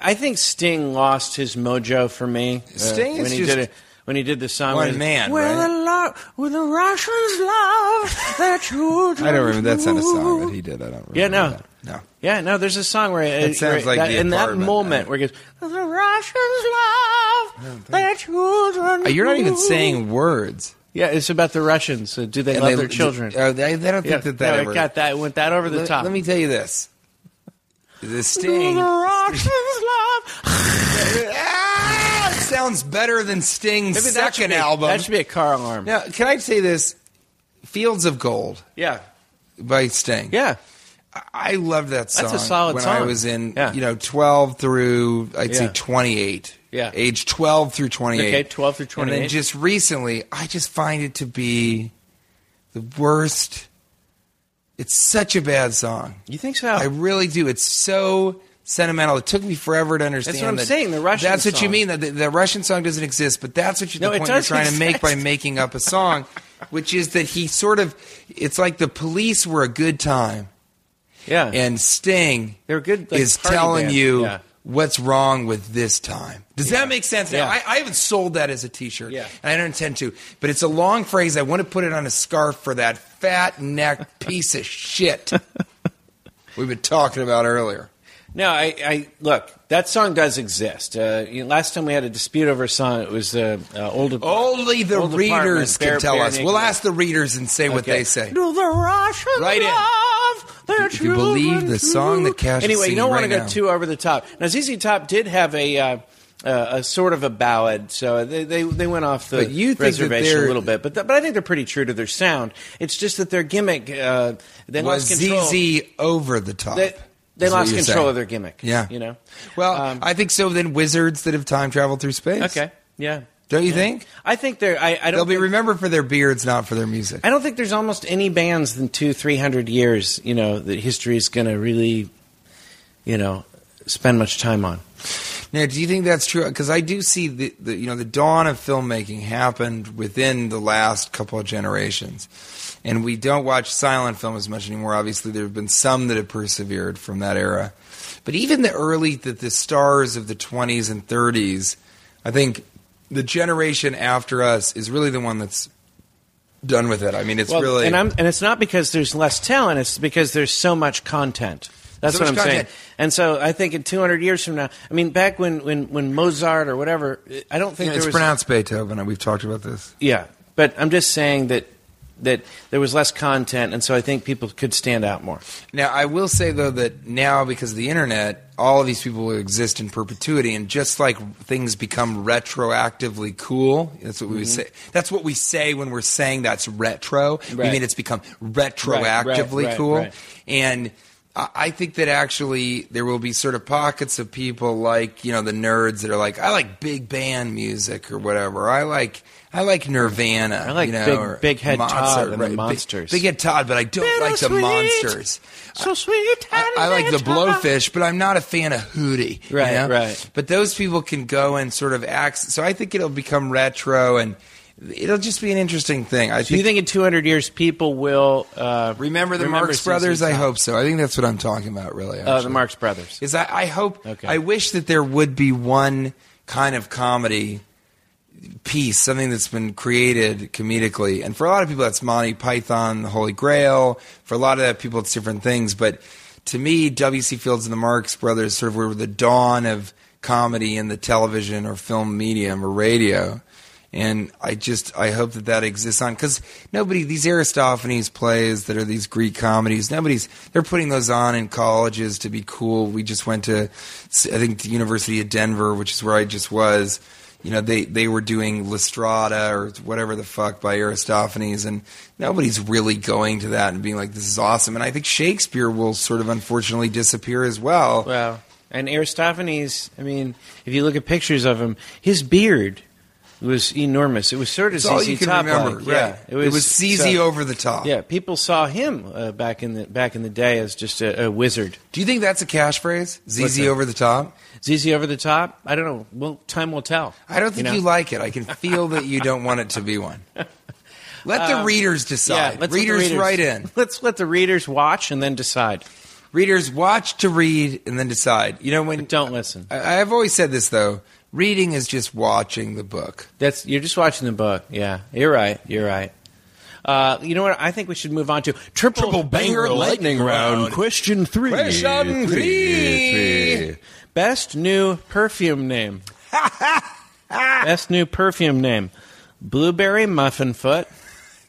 I think Sting lost his mojo for me. uh, Sting is when he just did it, when he did the song one with- man, Where the right? lo- where the Russians love their children. I don't remember. That's not a song that he did. I don't. remember Yeah, no. that. no. Yeah, no. There's a song where it, That sounds like that, The in that Apartment, moment I- where it goes, "The Russians love their children." Uh, You're not even Ooh." saying words. Yeah, it's about the Russians. Uh, do they And love they- their children? Uh, they- I don't think yeah, that that no, ever. it got that it went that over the let, top. let me tell you this. The Do Sting the Russians love? Ah, it sounds better than Sting's Maybe that should second be, album. That should be a car alarm. Now, can I say this? Fields of Gold yeah, by Sting. yeah. I loved that song. That's a solid when I song. was in, Yeah. you know, 12 through, I'd say Yeah. 28. Yeah. Age 12 through 28. Okay, 12 through And 28. then just recently, I just find it to be the worst. It's such a bad song. You think so? I really do. It's so sentimental. It took me forever to understand. That's what I'm that- saying, the Russian That's what you song. mean. That the, the Russian song doesn't exist, but that's what you, No, the it point you're does trying to make by exist. making up a song, which is that he sort of. It's like the police were a good time, yeah, and Sting Uh-huh. They're good, like, is party telling band. you Yeah. what's wrong with this time. Does that make sense? Now, Yeah. I, I haven't sold that as a T-shirt, Yeah. and I don't intend to. But it's a long phrase. I want to put it on a scarf for that fat neck piece of shit we've been talking about earlier. No, I, I look. That song does exist. Uh, you know, last time we had a dispute over a song, it was uh, uh, old. Only the Old Apartment, readers can Bare- tell Bare us. Naked We'll Ladies. ask the readers and say what Okay. they say. Do the Russians Right in. love their If you believe children the song that too? Cash is Anyway, you singing don't right want to now. go too over the top. Now, ZZ Top did have a. Uh, uh, a sort of a ballad, so they they, they went off the But you think that reservation they're- a little bit, but th- but I think they're pretty true to their sound. It's just that their gimmick uh, they Was lost control. ZZ over the top? they, they is what lost you're control saying. of their gimmick. Yeah. you know. Well, Um, I think so. Then wizards that have time traveled through space. okay, yeah. Don't you Yeah. think? I think they're. I, I don't. They'll be think- remembered for their beards, not for their music. I don't think there's almost any bands in two, three hundred years, you know, that history is going to really, you know, spend much time on. Now, do you think that's true? Because I do see the, the you know the dawn of filmmaking happened within the last couple of generations, and we don't watch silent film as much anymore. Obviously, there have been some that have persevered from that era, but even the early the, the stars of the twenties and thirties, I think the generation after us is really the one that's done with it. I mean, it's Well, really and I'm, and it's not because there's less talent; it's because there's so much content. That's So what much I'm content. saying. And so I think in 200 years from now, I mean, back when when when Mozart or whatever, I don't think Yeah, there it's was. pronounced Beethoven, and we've talked about this. Yeah, but I'm just saying that that there was less content, and so I think people could stand out more. Now, I will say though that now because of the internet, all of these people will exist in perpetuity, and just like things become retroactively cool, that's what we Mm-hmm. would say. That's what we say when we're saying that's retro. We Right. mean it's become retroactively right, right, cool, right. and. I I think that actually there will be sort of pockets of people like you know the nerds that are like I like big band music or whatever I like I like Nirvana I like you know, Big- or Big Head Monster, Todd and the right, Big- Monsters. Big, Head Todd but I don't like the Bittersweet. monsters So sweet. I, I like the blowfish, but I'm not a fan of Hootie. you Right, know? right. But those people can go and sort of act. So I think it'll become retro, and it'll just be an interesting thing. I Do you think in 200 years people will uh, remember the Marx Susie Brothers? I Top? hope so. I think that's what I'm talking about, really. Uh, the actually. Marx Brothers. Is I, I hope Okay. I wish that there would be one kind of comedy piece, something that's been created comedically. And for a lot of people, that's Monty Python, The Holy Grail. For a lot of people, it's different things. But to me, W.C. Fields and the Marx Brothers sort of were the dawn of comedy in the television or film medium or radio. And I just I hope that that exists on because nobody these Aristophanes plays that are these Greek comedies nobody's they're putting those on in colleges to be cool. We just went to I think the University of Denver, which is where I just was, you know they they were doing Lestrada or whatever the fuck by Aristophanes, and nobody's really going to that and being like, "This is awesome." And I think Shakespeare will sort of unfortunately disappear as well. Well, and Aristophanes, I mean, if you look at pictures of him, his beard was enormous. It was sort of It's all ZZ you can Top. remember. like. right. Yeah, it was, CZ so- over the top. Yeah, people saw him uh, back in the back in the day as just a, a wizard. Do you think that's a cash phrase? ZZ Listen. over the top. ZZ over the top? I don't know. Well, time will tell. I don't think know? you, like it. I can feel that you don't want it to be one. Let the readers Um, Yeah, decide. let's let the readers, write in. Let's let the readers watch and then decide. Readers watch to read and then decide. You know when But don't listen. I, I've always said this though. Reading is just watching the book. That's you're just watching the book. Yeah, you're right. You're right. Uh, you know what? I think we should move on to triple, Question three. Question three. Best new perfume name. Best new perfume name. Blueberry muffin foot.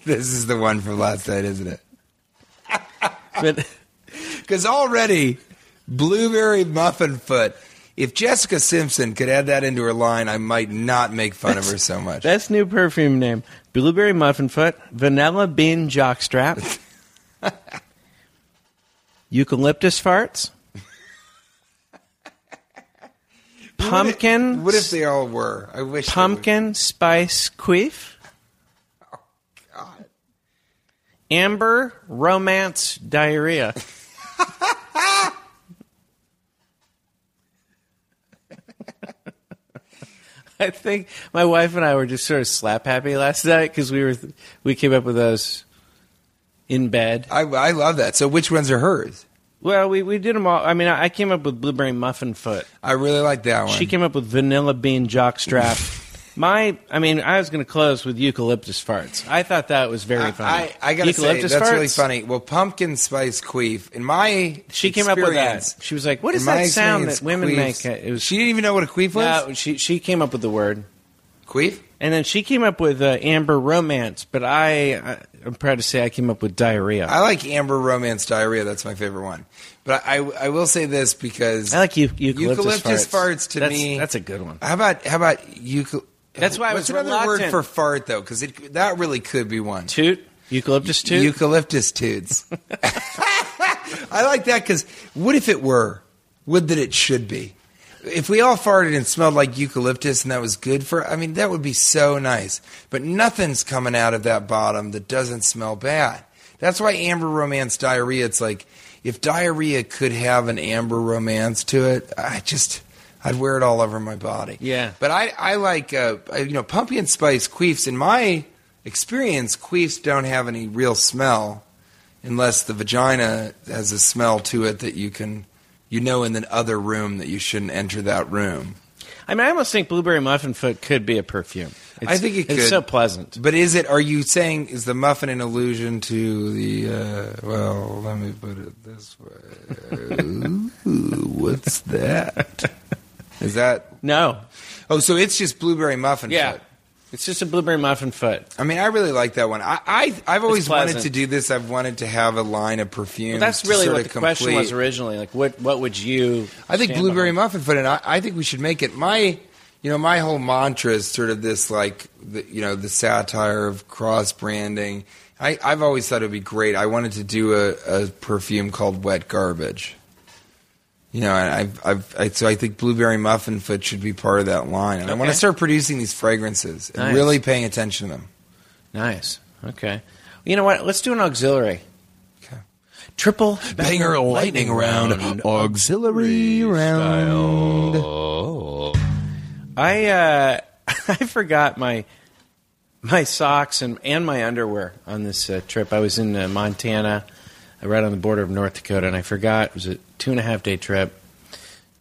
This is the one from last night, isn't it? But Because already, blueberry muffin foot. If Jessica Simpson could add that into her line, I might not make fun of her so much. best new perfume name. Blueberry muffin foot. Vanilla bean jockstrap. eucalyptus farts. Pumpkin. What if they all were? I wish. they would. pumpkin spice queef. Amber romance diarrhea. I think my wife and I were just sort of slap happy last night because we were we came up with those in bed. I, I love that. So which ones are hers? Well, we, we did them all. I mean, I, I came up with blueberry muffin foot. I really like that one. She came up with vanilla bean jockstrap. My, I mean, I was going to close with eucalyptus farts. I thought that was very funny. I, I gotta say eucalyptus that's farts? really funny. Well, pumpkin spice queef. In my She came up with experience- that. She was like, "What in is my that sound experience, that women queefs- make?" It was she didn't even know what a queef was. No, she she came up with the word, Queef. and then she came up with uh, amber romance. But I, I, I'm proud to say, I came up with diarrhea. I, I like Amber Romance Diarrhea. That's my favorite one. But I, I will say this because like eu- eucalyptus, farts. eucalyptus farts to That's- me- That's a good one. how about how about eucalyptus? That's why I What's was another word reluctant. for fart though? Because that really could be one. Toot eucalyptus toot. Eucalyptus toots. I like that because what if it were? Would that it should be? If we all farted and smelled like eucalyptus and that was good for, I mean, that would be so nice. But nothing's coming out of that bottom that doesn't smell bad. That's why Amber Romance Diarrhea, it's like, if diarrhea could have an Amber Romance to it, I just, I'd wear it all over my body. Yeah. But I, I like, uh, I- you know, pumpkin spice queefs. In my experience, queefs don't have any real smell unless the vagina has a smell to it that you can, you know, in the other room that you shouldn't enter that room. I mean, I almost think blueberry muffin foot could be a perfume. It's, I think it it's could. so pleasant. But is it, are you saying, is the muffin an allusion to the, uh, well, let me put it this way. Ooh, what's that? Is that, No, oh, so it's just blueberry muffin. Yeah. foot. It's just a blueberry muffin foot. I mean, I really like that one. I, I I've always wanted pleasant. to do this. I've wanted to have a line of perfume. Well, that's really what the complete. question was originally. Like, what what would you? I think stand blueberry behind? muffin foot, and I, I think we should make it. My, you know, my whole mantra is sort of this, like, the, you know, the satire of cross branding. I, I've always thought it would be great. I wanted to do a, a perfume called Wet Garbage. You know, and I've, I've, I, so I think blueberry muffin foot should be part of that line. And I want to Okay. start producing these fragrances and Nice. really paying attention to them. Nice. Okay. You know what? Let's do an auxiliary. Okay. Triple Banger lightning round, auxiliary round. I uh, I forgot my my socks and and my underwear on this uh, trip. I was in uh, Montana, uh, right on the border of North Dakota, and I forgot. It was a two and a half day trip.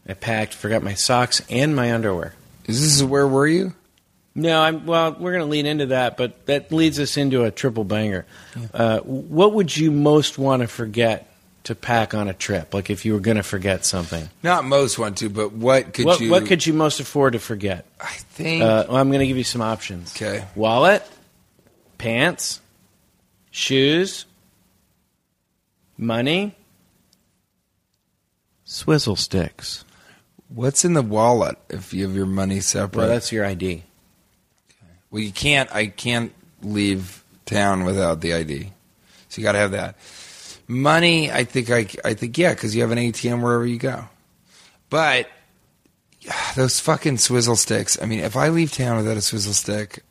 I packed, forgot my socks and my underwear. Is this where were you? No, I'm well. We're going to lean into that, but that leads us into a triple banger. Uh, what would you most want to forget to pack on a trip? Like if you were going to forget something, Not most want to, but what could what you? what could you most afford to forget? I think? Uh, well, I'm going to give you some options. 'Kay. Wallet, pants, shoes, money, swizzle sticks. What's in the wallet if you have your money separate? Well, that's your ID. Well, you can't. I can't leave town without the ID, so you got to have that. Money, I think. I, I think yeah, because you have an ATM wherever you go. But yeah, those fucking swizzle sticks. I mean, if I leave town without a swizzle stick,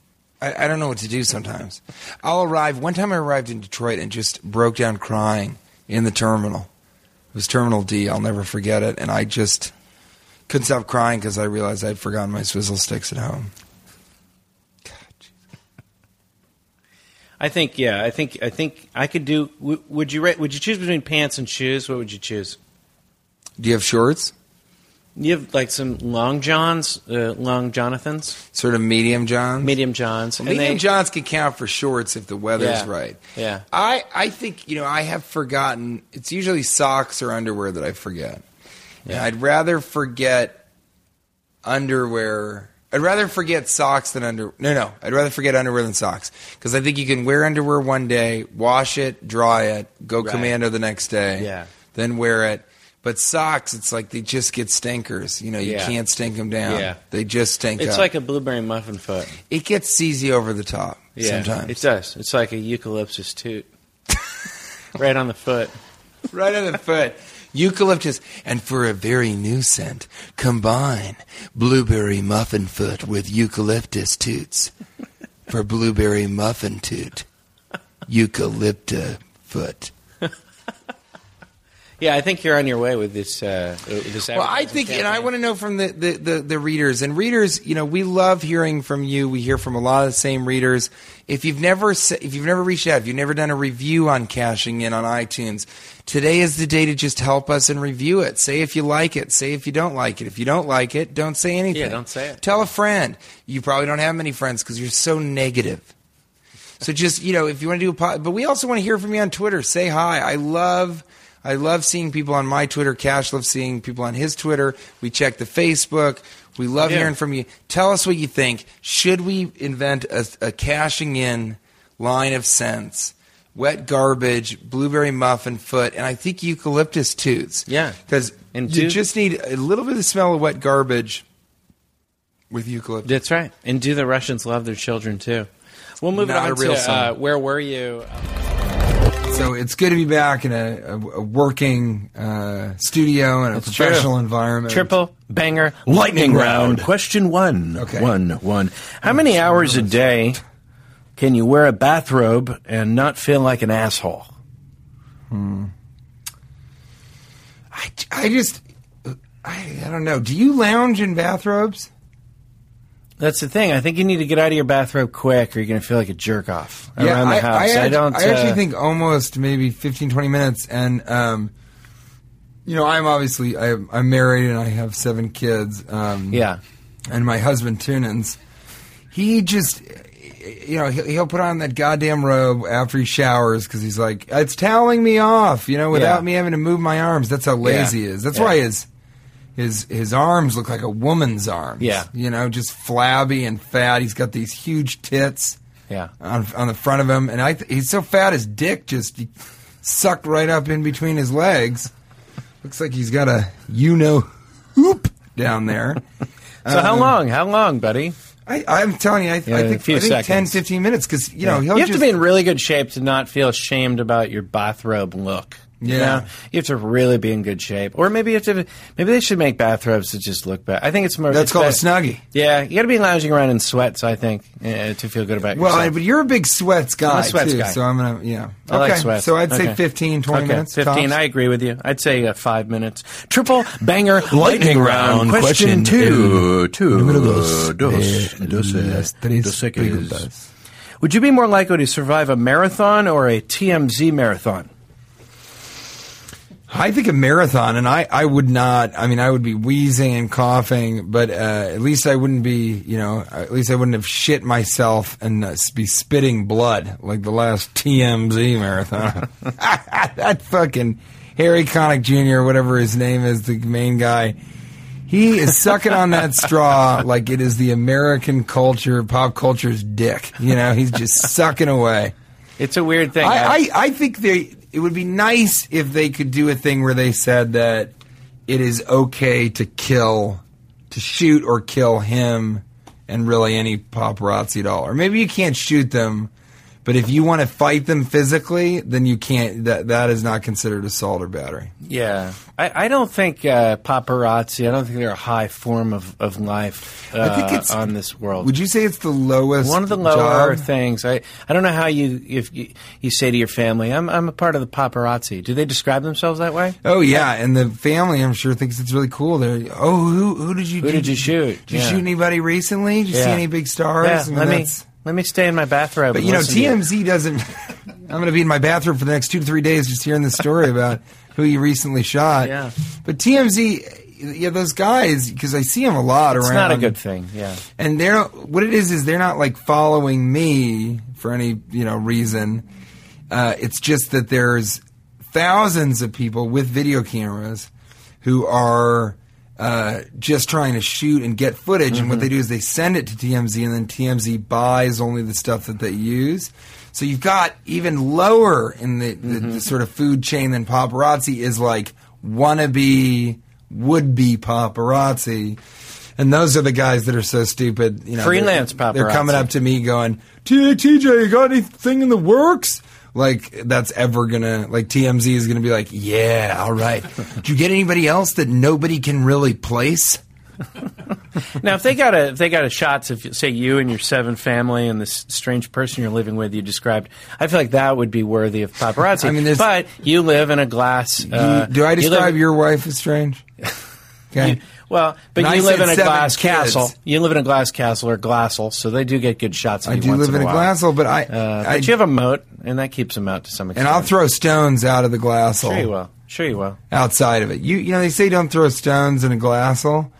I, I don't know what to do. Sometimes I'll arrive. One time I arrived in Detroit and just broke down crying in the terminal. It was Terminal D. I'll never forget it. And I just couldn't stop crying because I realized I'd forgotten my swizzle sticks at home. I think yeah. I think I think I could do. W- would you ra- would you choose between pants and shoes? What would you choose? Do you have shorts? You have like some long johns, uh, long Jonathans, sort of medium johns. medium johns, Well, medium they- johns can count for shorts if the weather's Yeah. right. Yeah. I I think you know I have forgotten. It's usually socks or underwear that I forget. And Yeah. I'd rather forget underwear. I'd rather forget socks than under. No, no. I'd rather forget underwear than socks because I think you can wear underwear one day, wash it, dry it, go Right. commando the next day, Yeah. then wear it. But socks, it's like they just get stinkers. You know, you Yeah. can't stink them down. Yeah. They just stink. It's up like a blueberry muffin foot. it gets CZ over the top Yeah, sometimes. it does. It's like a eucalyptus toot, right on the foot. right on the foot. Eucalyptus, and for a very new scent, combine blueberry muffin foot with eucalyptus toots. For blueberry muffin toot, eucalypta foot. Yeah, I think you're on your way with this. Uh, with this Well, I think, and I want to. to know from the, the, the, the readers and readers, you know, we love hearing from you. We hear from a lot of the same readers. If you've never s- if you've never reached out, if you've never done a review on cashing in on iTunes, today is the day to just help us and review it. Say if you like it. Say if you don't like it. If you don't like it, don't say anything. Yeah, don't say it. Tell a friend. You probably don't have many friends because you're so negative. So just you know, if you want to do a pod, but we also want to hear from you on Twitter. Say hi. I love, I love seeing people on my Twitter. Cash loves seeing people on his Twitter. We check the Facebook. We love Yeah. hearing from you. Tell us what you think. Should we invent a, a cashing in line of scents? Wet garbage, blueberry muffin foot, and I think eucalyptus toots. Yeah. because you And do- just need a little bit of the smell of wet garbage with eucalyptus. That's right. And do the Russians love their children too? We'll move Not on a real to uh, song. where were you? Um, So it's good to be back in a, a, a working uh, studio and a That's professional true. environment. Triple banger Lightning round. Question one. Okay. One, one. How many hours a day can you wear a bathrobe and not feel like an asshole? I, I just, I, I don't know. Do you lounge in bathrobes? That's the thing. I think you need to get out of your bathrobe quick, or you're going to feel like a jerk off around the I, house. I, act- don't. I actually uh, think almost maybe 15, 20 minutes. And, um, you know, I'm obviously, I, I'm married and I have seven kids. Um, Yeah. and my husband Tunins, he just, you know, he'll, he'll put on that goddamn robe after he showers because he's like, it's toweling me off, you know, without Yeah. me having to move my arms. That's how lazy he is. That's why his His his arms look like a woman's arms. Yeah. you know, just flabby and fat. He's got these huge tits Yeah. on on the front of him, and I th- he's so fat his dick just sucked right up in between his legs. Looks like he's got a you know hoop down there. So Um, how long? How long, buddy? I, I'm telling you, I, Yeah, I a think, few I think 10, seconds. 15 minutes because you know Oh, he'll you have just to be in really good shape to not feel ashamed about your bathrobe look. You Yeah. know? you have to really be in good shape, or maybe you have to. Maybe they should make bathrobes that just look bad. I think it's more. it's That's called a better- snuggie. Yeah, you got to be lounging around in sweats. I think uh, to feel good about Well, I, yourself. but you're a big sweats guy I'm a sweats too, guy. so I'm gonna yeah. I like sweats. so I'd say Okay. 15, 20 Okay, minutes. 15. tops. I agree with you. I'd say uh, five minutes. Triple banger lightning, round. question two. Número Two. dos Dos. de las tres dos seques. preguntas. Would you be more likely to survive a marathon or a TMZ marathon? I think a marathon, and I, I would not. I mean, I would be wheezing and coughing, but uh, at least I wouldn't be, you know, at least I wouldn't have shit myself and uh, s- be spitting blood like the last TMZ marathon. that fucking Harry Connick Jr., whatever his name is, the main guy, he is sucking on that straw like it is the American culture, pop culture's dick. You know, he's just sucking away. It's a weird thing. I, I, I think they it would be nice if they could do a thing where they said that it is okay to kill to shoot or kill him and really any paparazzi at all. Or maybe you can't shoot them, but if you want to fight them physically, then you can't that that is not considered assault or battery. Yeah, I, I don't think uh, paparazzi. I don't think they're a high form of of life. Uh, I think it's on this world. Would you say it's the lowest one of the lower job? things. I, I don't know how you if you, you say to your family, "I'm I'm a part of the paparazzi." Do they describe themselves that way? Oh yeah, and the family I'm sure thinks it's really cool. They're oh who who did you Who did you shoot? Did you Yeah. shoot anybody recently? Did you see Yeah. any big stars? Yeah, I mean, let me that's- let me stay in my bathrobe. But and you know, listen to TMZ doesn't. I'm going to be in my bathroom for the next two to three days just hearing this story about who you recently shot. Yeah. But TMZ, yeah, those guys, because I see them a lot It's around. not a good thing. Yeah, And they're what it is is they're not like following me for any you know reason. Uh, it's just that there's thousands of people with video cameras who are uh, just trying to shoot and get footage. And what they do is they send it to TMZ, and then TMZ buys only the stuff that they use. So you've got even lower in the, the, the sort of food chain than paparazzi is like wannabe, would be paparazzi. And those are the guys that are so stupid. You know, they're- Freelance They're coming paparazzi. up to me going, "T- TJ, you got anything in the works? Like, that's ever gonna, like, TMZ is gonna be like, yeah, all right. Did you get anybody else that nobody can really place? Now, if they got a if they got a shots of say you and your seven family and this strange person you're living with you described, I feel like that would be worthy of paparazzi. I mean, there's- but you live in a glass. Uh, Do I you live- describe your wife as strange? Okay. you- well, but And I you live said in a seven glass kids. castle. You live in a glass castle or glassel, so they do get good shots. Of I you do once live in a while. glass hole, but I, Uh, I but you have a moat, and that keeps them out to some extent. and I'll throw stones out of the glass hole. Sure you will. Sure you will. outside of it. You you know they say don't throw stones in a glassel,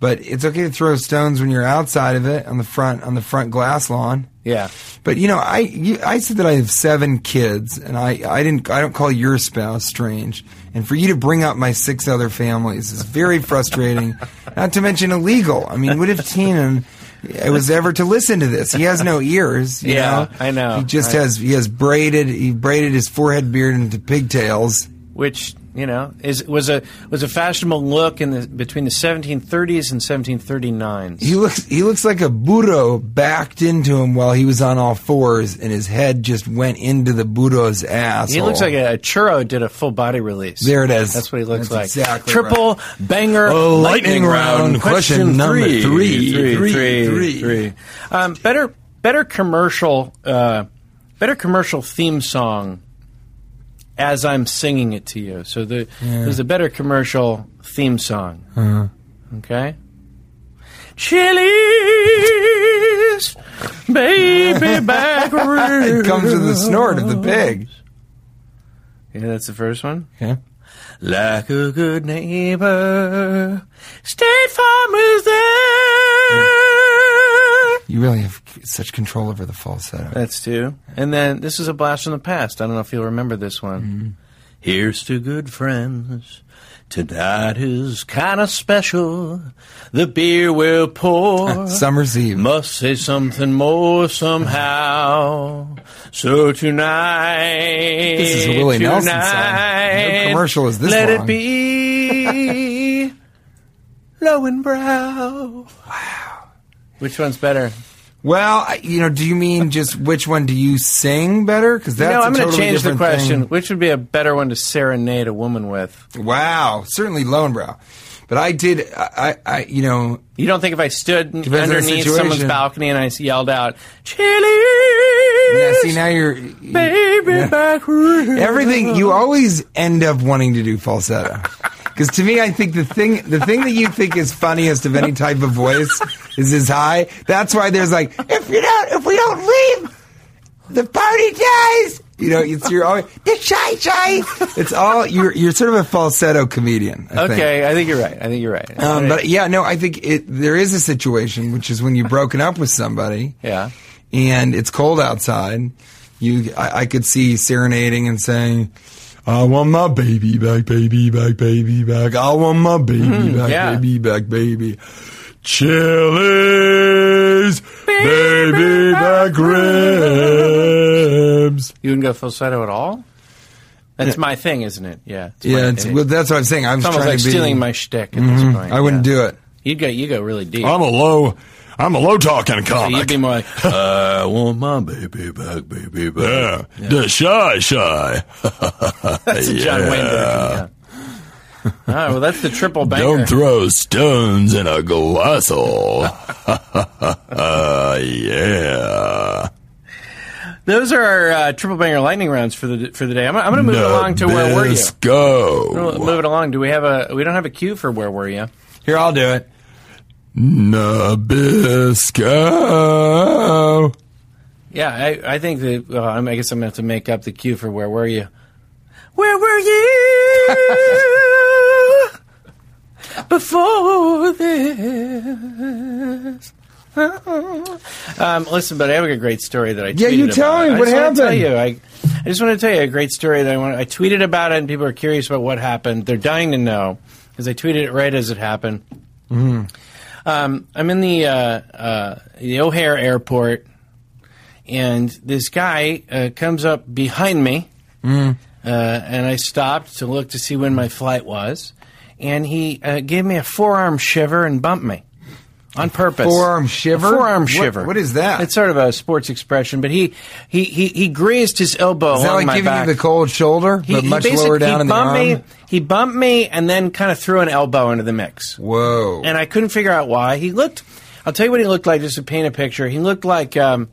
but it's okay to throw stones when you're outside of it on the front on the front glass lawn. Yeah. But you know I you, I said that I have seven kids and I I didn't I don't call your spouse strange. And for you to bring up my six other families is very frustrating, not to mention illegal. I mean, what if Teenan was ever to listen to this? He has no ears. you Yeah, know? I know. He just I- has he has braided he braided his forehead beard into pigtails. which you know is was a was a fashionable look in the between the 1730s and 1739. He looks he looks like a burro backed into him while he was on all fours and his head just went into the burro's ass. He looks like a, a churro did a full body release. There it is. That's what he looks That's like. exactly Triple banger Oh, lightning round. Question number three. Three, Three, three, three. three. Um, better better commercial uh, better commercial theme song as I'm singing it to you. So the, there's a better commercial theme song. Uh-huh. Okay. Chili's baby back room. it comes with the snort of the pig. Yeah, that's the first one. Yeah. Like a good neighbor, State Farm is there. You really have such control over the falsetto. That's two. And then this is a blast from the past. I don't know if you'll remember this one. Mm-hmm. Here's to good friends. Tonight is kind of special. The beer we'll Uh, pour. Summer's Eve. Must say something more somehow. So tonight. This is a Willie Nelson song. No tonight, commercial is this Let long. it be low and brow. Wow. Which one's better? Well, I- you know, do you mean just which one do you sing better? Because that's no, a I'm going to totally change the different question. thing. Which would be a better one to serenade a woman with? Wow, certainly Lone Brow, but I did. I, I, I you know, You don't think if I stood on the underneath someone's situation. balcony and I yelled out, yeah, "Chili, see now you're baby, Yeah. back room." everything. You always end up wanting to do falsetto. Because to me, I think the thing the thing that you think is funniest of any type of voice is his high. That's why there's like, if you don't, if we don't leave, the party dies. You know, it's you're always the shy shy. It's all you're you're sort of a falsetto comedian. I think. Okay, I think you're right. I think you're right. Um, but yeah, no, I think it, there is a situation which is when you've broken up with somebody, yeah. and it's cold outside. You, I, I could see you serenading and saying, "I want my baby back, baby back, baby back. I want my baby back, yeah. baby back, baby." Chili's baby back ribs. You wouldn't go falsetto at all. That's my thing, isn't it? Yeah. It's my Yeah, it's, thing. well, that's what I'm saying. I'm It's almost trying like to be. Mm-hmm. stealing my shtick at this point. I wouldn't do it. Oh You go, you go really deep. a low, I'm a low talking So you'd be more like, I want my baby back, baby back. Yeah. The shy, shy. that's a John Wayne version. Yeah. All right, well, that's the triple banger. throw stones in a glass hole. yeah. Those are our uh, triple banger lightning rounds for the for the day. I'm, gonna- I'm going to move it along to where were you? I'm gonna go. Move it along. Do we have a? We don't have a cue for where were you? Here, I'll do it. Nabisco. Yeah, I, I think that. Well, I'm, I guess I'm going to have to make up the cue for where were you? Where were you before this? um, listen, but I have a great story that I Yeah, tweeted you tell about. me I what just wanna Tell happened. you, I, I just want to tell you a great story that I want. I tweeted about it, and people are curious about what happened. They're dying to know because I tweeted it right as it happened. Mm-hmm. Um, I'm in the uh, uh, the O'Hare Airport, and this guy uh, comes up behind me, Mm. uh, and I stopped to look to see when my flight was, and he uh, gave me a forearm shiver and bumped me. On purpose. forearm shiver? A forearm What- shiver. what is that? It's sort of a sports expression, but he he he, he grazed his elbow Is that along like my giving back. you the cold shoulder, He- but he much basic- lower he down in the bumped arm? Me, he bumped me and then kind of threw an elbow into the mix Whoa! and I couldn't figure out why. He looked. I'll tell you what he looked like. Just to paint a picture, he looked like um,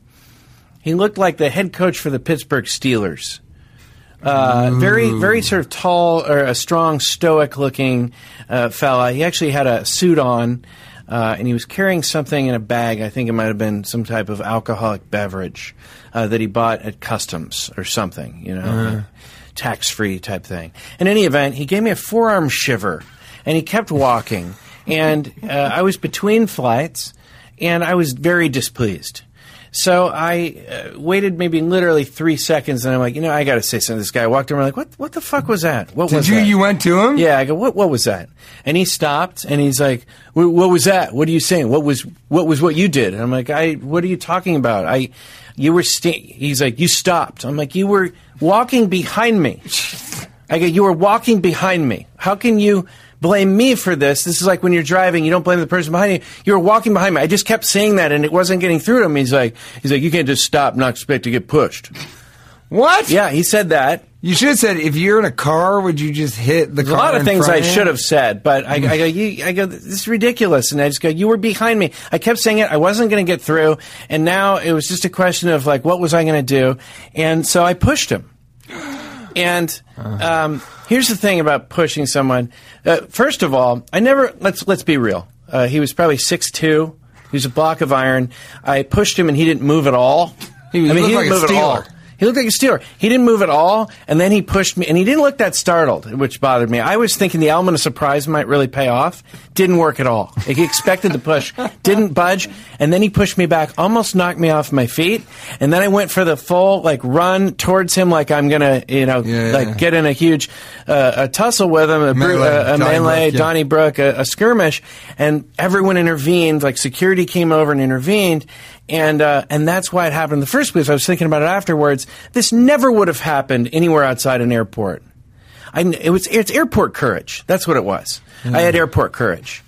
he looked like the head coach for the Pittsburgh Steelers. Uh, very, very sort of tall or a strong, stoic-looking uh, fella. He actually had a suit on, uh, and he was carrying something in a bag. I think it might have been some type of alcoholic beverage uh, that he bought at customs or something. You know, tax-free type thing. In any event, he gave me a forearm shiver, and he kept walking. And uh, I was between flights, and I was very displeased. So I uh, waited maybe literally three seconds, and I'm like, you know, I got to say something. to This guy I walked over, like, what? What the fuck was that? What Did was you? that? You went to him? Yeah, I go. What? What was that? And he stopped, and he's like, "Wh- "What was that? What are you saying? What was? What was what you did?" And I'm like, "I. What are you talking about? I. You were. Sta-. He's like, "You stopped." I'm like, "You were walking behind me." I go, "You were walking behind me. How can you?" Blame me for this. This is like when you're driving, you don't blame the person behind you. You were walking behind me. I just kept saying that, and it wasn't getting through to him. He's like, he's like, you can't just stop, and not expect to get pushed. What? Yeah, he said that. You should have said, if you're in a car, would you just hit the a car? lot of in things front I of you? should have said, but I, I go, you, I go, this is ridiculous, and I just go, you were behind me. I kept saying it, I wasn't going to get through, and now it was just a question of like, what was I going to do? And so I pushed him. And Uh-huh. um, here's the thing about pushing someone. Uh, first of all, I never let's let's be real. Uh, he was probably six two. He was a block of iron. I pushed him, and he didn't move at all. He I mean, looked he like didn't a move at all. Steeler. He looked like a stealer. He didn't move at all, and then he pushed me, and he didn't look that startled, which bothered me. I was thinking the element of surprise might really pay off. Didn't work at all. Like, He expected the push, didn't budge, and then he pushed me back, almost knocked me off my feet, and then I went for the full like run towards him, like I'm gonna, you know, Yeah, yeah, like yeah. get in a huge uh, a tussle with him, a bru- Melee, a, a Donnybrook, melee, yeah. Donnybrook, a, a skirmish, and everyone intervened. Like security came over and intervened, and uh, and that's why it happened in the first place. I was thinking about it afterwards. This never would have happened anywhere outside an airport. I, kn- it was it's airport courage. That's what it was. I Hmm. had airport courage.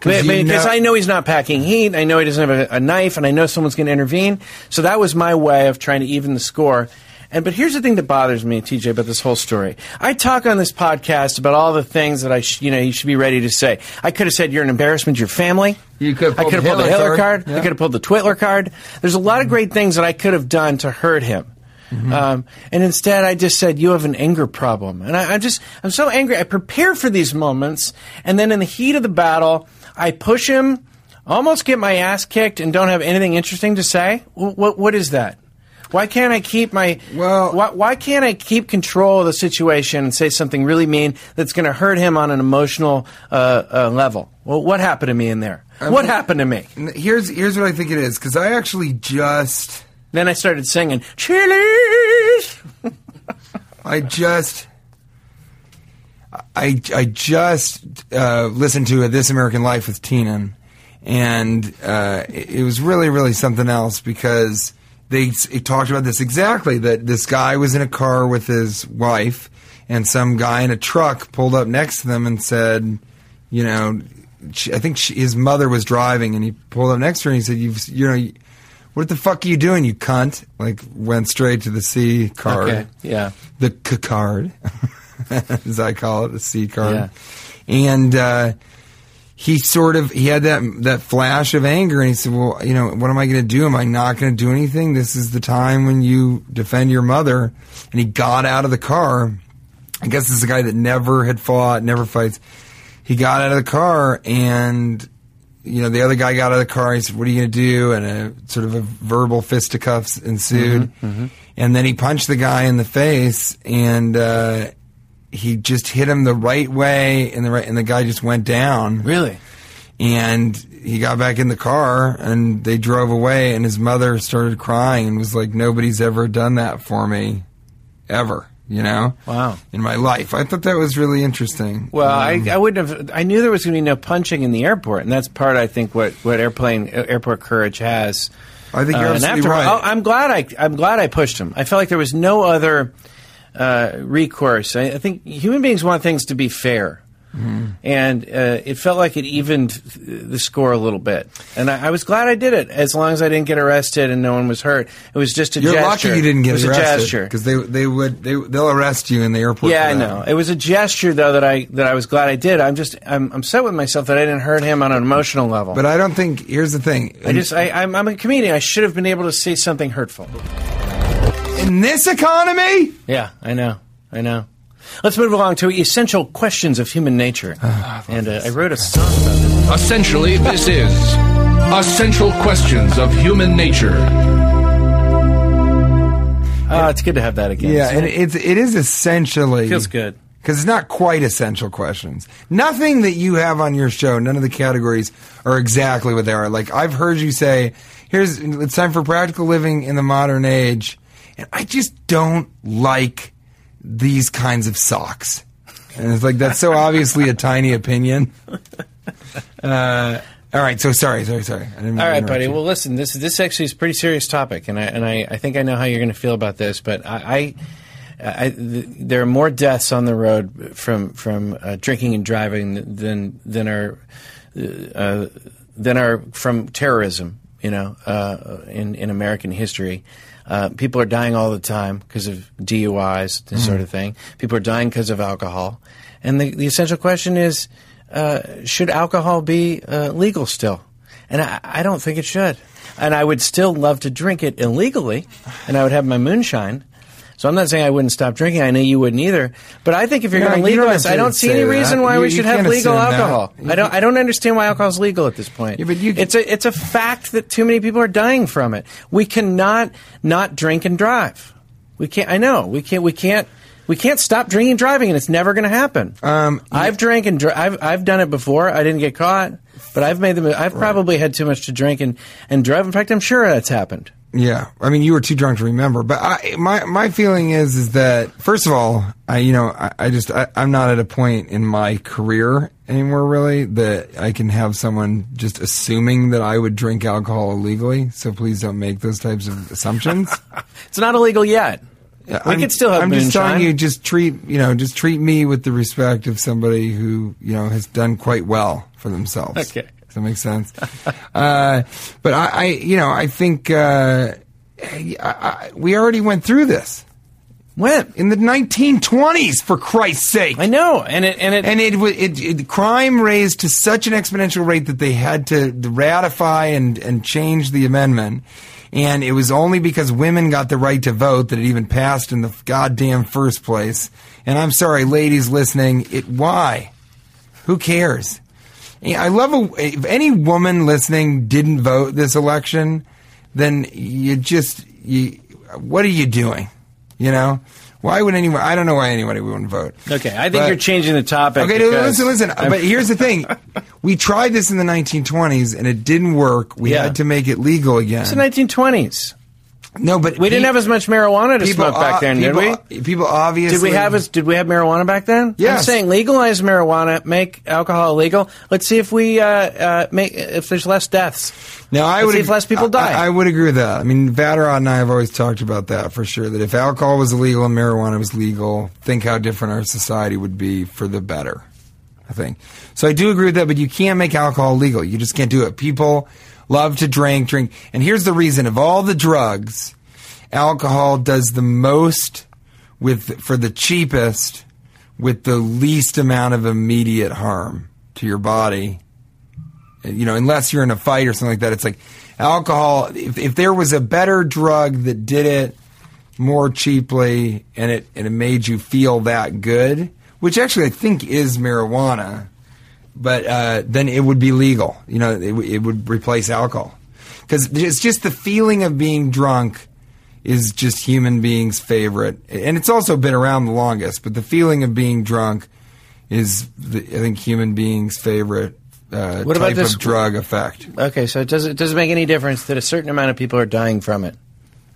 Because you know- I know he's not packing heat. I know he doesn't have a, a knife, and I know someone's going to intervene. So that was my way of trying to even the score. And but here's the thing that bothers me, TJ, about this whole story. I talk on this podcast about all the things that I, sh- you know, you should be ready to say. I could have said you're an embarrassment to your family. You could have I pulled could have the pulled the Hitler Hitler card. card. Yeah. I could have pulled the Twitler card. There's a lot of great things that I could have done to hurt him. Um, and instead, I just said, "You have an anger problem," and I, I'm just I'm so angry. I prepare for these moments, and then in the heat of the battle, I push him, almost get my ass kicked, and don't have anything interesting to say. Wh- What what is that? Why can't I keep my Well- Why, why can't I keep control of the situation and say something really mean that's going to hurt him on an emotional uh, uh, level? Well, what happened to me in there? what happened to me? N- Here's here's what I think it is because I actually just Then I started singing Chili's. I just I I just uh, listened to This American Life with Teenan, and uh, it it was really really something else because they s- it talked about this exactly that this guy was in a car with his wife, and some guy in a truck pulled up next to them and said, you know, she, I think she, his mother was driving, and he pulled up next to her and he said, "You've you know." What the fuck are you doing, you cunt? Like went straight to the C card Okay, yeah. the c- card, as I call it, the C card. Yeah. And uh, he sort of he had that that flash of anger, and he said, "Well, you know, what am I going to do? Am I not going to do anything? This is the time when you defend your mother." And he got out of the car. I guess this is a guy that never had fought, never fights. He got out of the car and you know, the other guy got out of the car. He said, "What are you going to do?" And a sort of a verbal fisticuffs ensued. Mm-hmm, And then he punched the guy in the face, and uh, he just hit him the right way, and the right, and the guy just went down. Really? And he got back in the car, and they drove away. And his mother started crying and was like, "Nobody's ever done that for me, ever." You know? Wow. In my life, I thought that was really interesting. Well, Um, I, I wouldn't have. I knew there was going to be no punching in the airport, and that's part I think what what airplane uh, airport courage has. Uh, I think you're and absolutely after- right. I- I'm glad I I'm glad I pushed him. I felt like there was no other uh, recourse. I, I think human beings want things to be fair. Mm-hmm. And uh, it felt like it evened the score a little bit, and I, I was glad I did it. As long as I didn't get arrested and no one was hurt, it was just a You're gesture. lucky you didn't it get was A arrested gesture. because they they would they they'll arrest you in the airport. Yeah, for I that. know. It was a gesture though that I that I was glad I did. I'm just I'm I'm set with myself that I didn't hurt him on an emotional level. But I don't think. Here's the thing. I just I, I'm I'm a comedian. I should have been able to say something hurtful. in this economy, Yeah, I know. I know. Let's move along to essential questions of human nature. Ah, and uh, I wrote a song about this. Essentially, this is Essential Questions of Human Nature. Uh, it's good to have that again. yeah, It's- and it's it is essentially feels good. because it's not quite essential questions. Nothing that you have on your show, none of the categories are exactly what they are. Like I've heard you say, "Here's it's time for practical living in the modern age," and I just don't like these kinds of socks. And it's like that's so obviously a tiny opinion. Uh, all right, so sorry, sorry, sorry. I didn't All right, interrupt buddy. you. Well, listen. This this actually is a pretty serious topic, and I and I, I think I know how you're going to feel about this. But I, I, I th- there are more deaths on the road from from uh, drinking and driving than than are uh, than are from terrorism. You know, uh, in in American history. Uh, people are dying all the time because of DUIs, this sort of Mm. thing. People are dying because of alcohol, and the, the essential question is: uh, Should alcohol be uh, legal still? And I, I don't think it should. And I would still love to drink it illegally, and I would have my moonshine. So I'm not saying I wouldn't stop drinking. I know you wouldn't either. But I think if you're No, going you to don't legalize, have to I don't see say any that. reason why You- we you should have can't legal assume that. alcohol. You- I don't. I don't understand why alcohol is legal at this point. Yeah, but you- it's a it's a fact that too many people are dying from it. We cannot not drink and drive. We can't. I know. We can't. We can't. We can't stop drinking and driving, and it's never going to happen. Um, I've drank and dri- I've I've done it before. I didn't get caught, but I've made them. I've probably had too much to drink and and drive. In fact, I'm sure that's happened. Yeah, I mean, you were too drunk to remember. But I, my my feeling is is that first of all, I you know, I, I just I, I'm not at a point in my career anymore really that I can have someone just assuming that I would drink alcohol illegally. So please don't make those types of assumptions. It's not illegal yet. we I'm- could still have I'm just moonshine. telling you, just treat you know, just treat me with the respect of somebody who you know has done quite well for themselves. Okay. does that make sense? uh, but I, I, you know, I think uh, I, I, we already went through this When in the 1920s, for Christ's sake. I know, and it and it And it, wa- it, it crime raised to such an exponential rate that they had to ratify and, and change the amendment. And it was only because women got the right to vote that it even passed in the goddamn first place. And I'm sorry, ladies listening, it why? Who cares? Yeah, I love a, if any woman listening didn't vote this election, then you just you. What are you doing? You know, why would anyone? I don't know why anybody wouldn't vote. okay. I think But- you're changing the topic. Okay, no, because- listen, listen. I'm- but here's the thing: we tried this in the 1920s and it didn't work. We Yeah. had to make it legal again. it's the 1920s. no, but We didn't have as much marijuana to people smoke back o- then, people, did we? People obviously Did we have as did we have marijuana back then? I'm Yes. saying legalize marijuana, make alcohol illegal. Let's see if we uh, uh, make if there's less deaths. Now I Let's would see if ag- less people I- die. I, I would agree with that. I mean, Vatterott and I have always talked about that for sure. That if alcohol was illegal and marijuana was legal, think how different our society would be for the better. I think so. I do agree with that, but you can't make alcohol legal. You just can't do it. People love to drink, drink, and here's the reason: of all the drugs, alcohol does the most with for the cheapest, with the least amount of immediate harm to your body you know, unless you're in a fight or something like that. It's like alcohol. If, if there was a better drug that did it more cheaply and it and it made you feel that good, which actually I think is marijuana, but uh, then it would be legal. You know, it, w- it would replace alcohol because it's just the feeling of being drunk is just human beings' favorite, and it's also been around the longest. But the feeling of being drunk is, the, I think, human beings' favorite uh, What about type this- of drug effect. Okay, so it doesn't it doesn't make any difference that a certain amount of people are dying from it.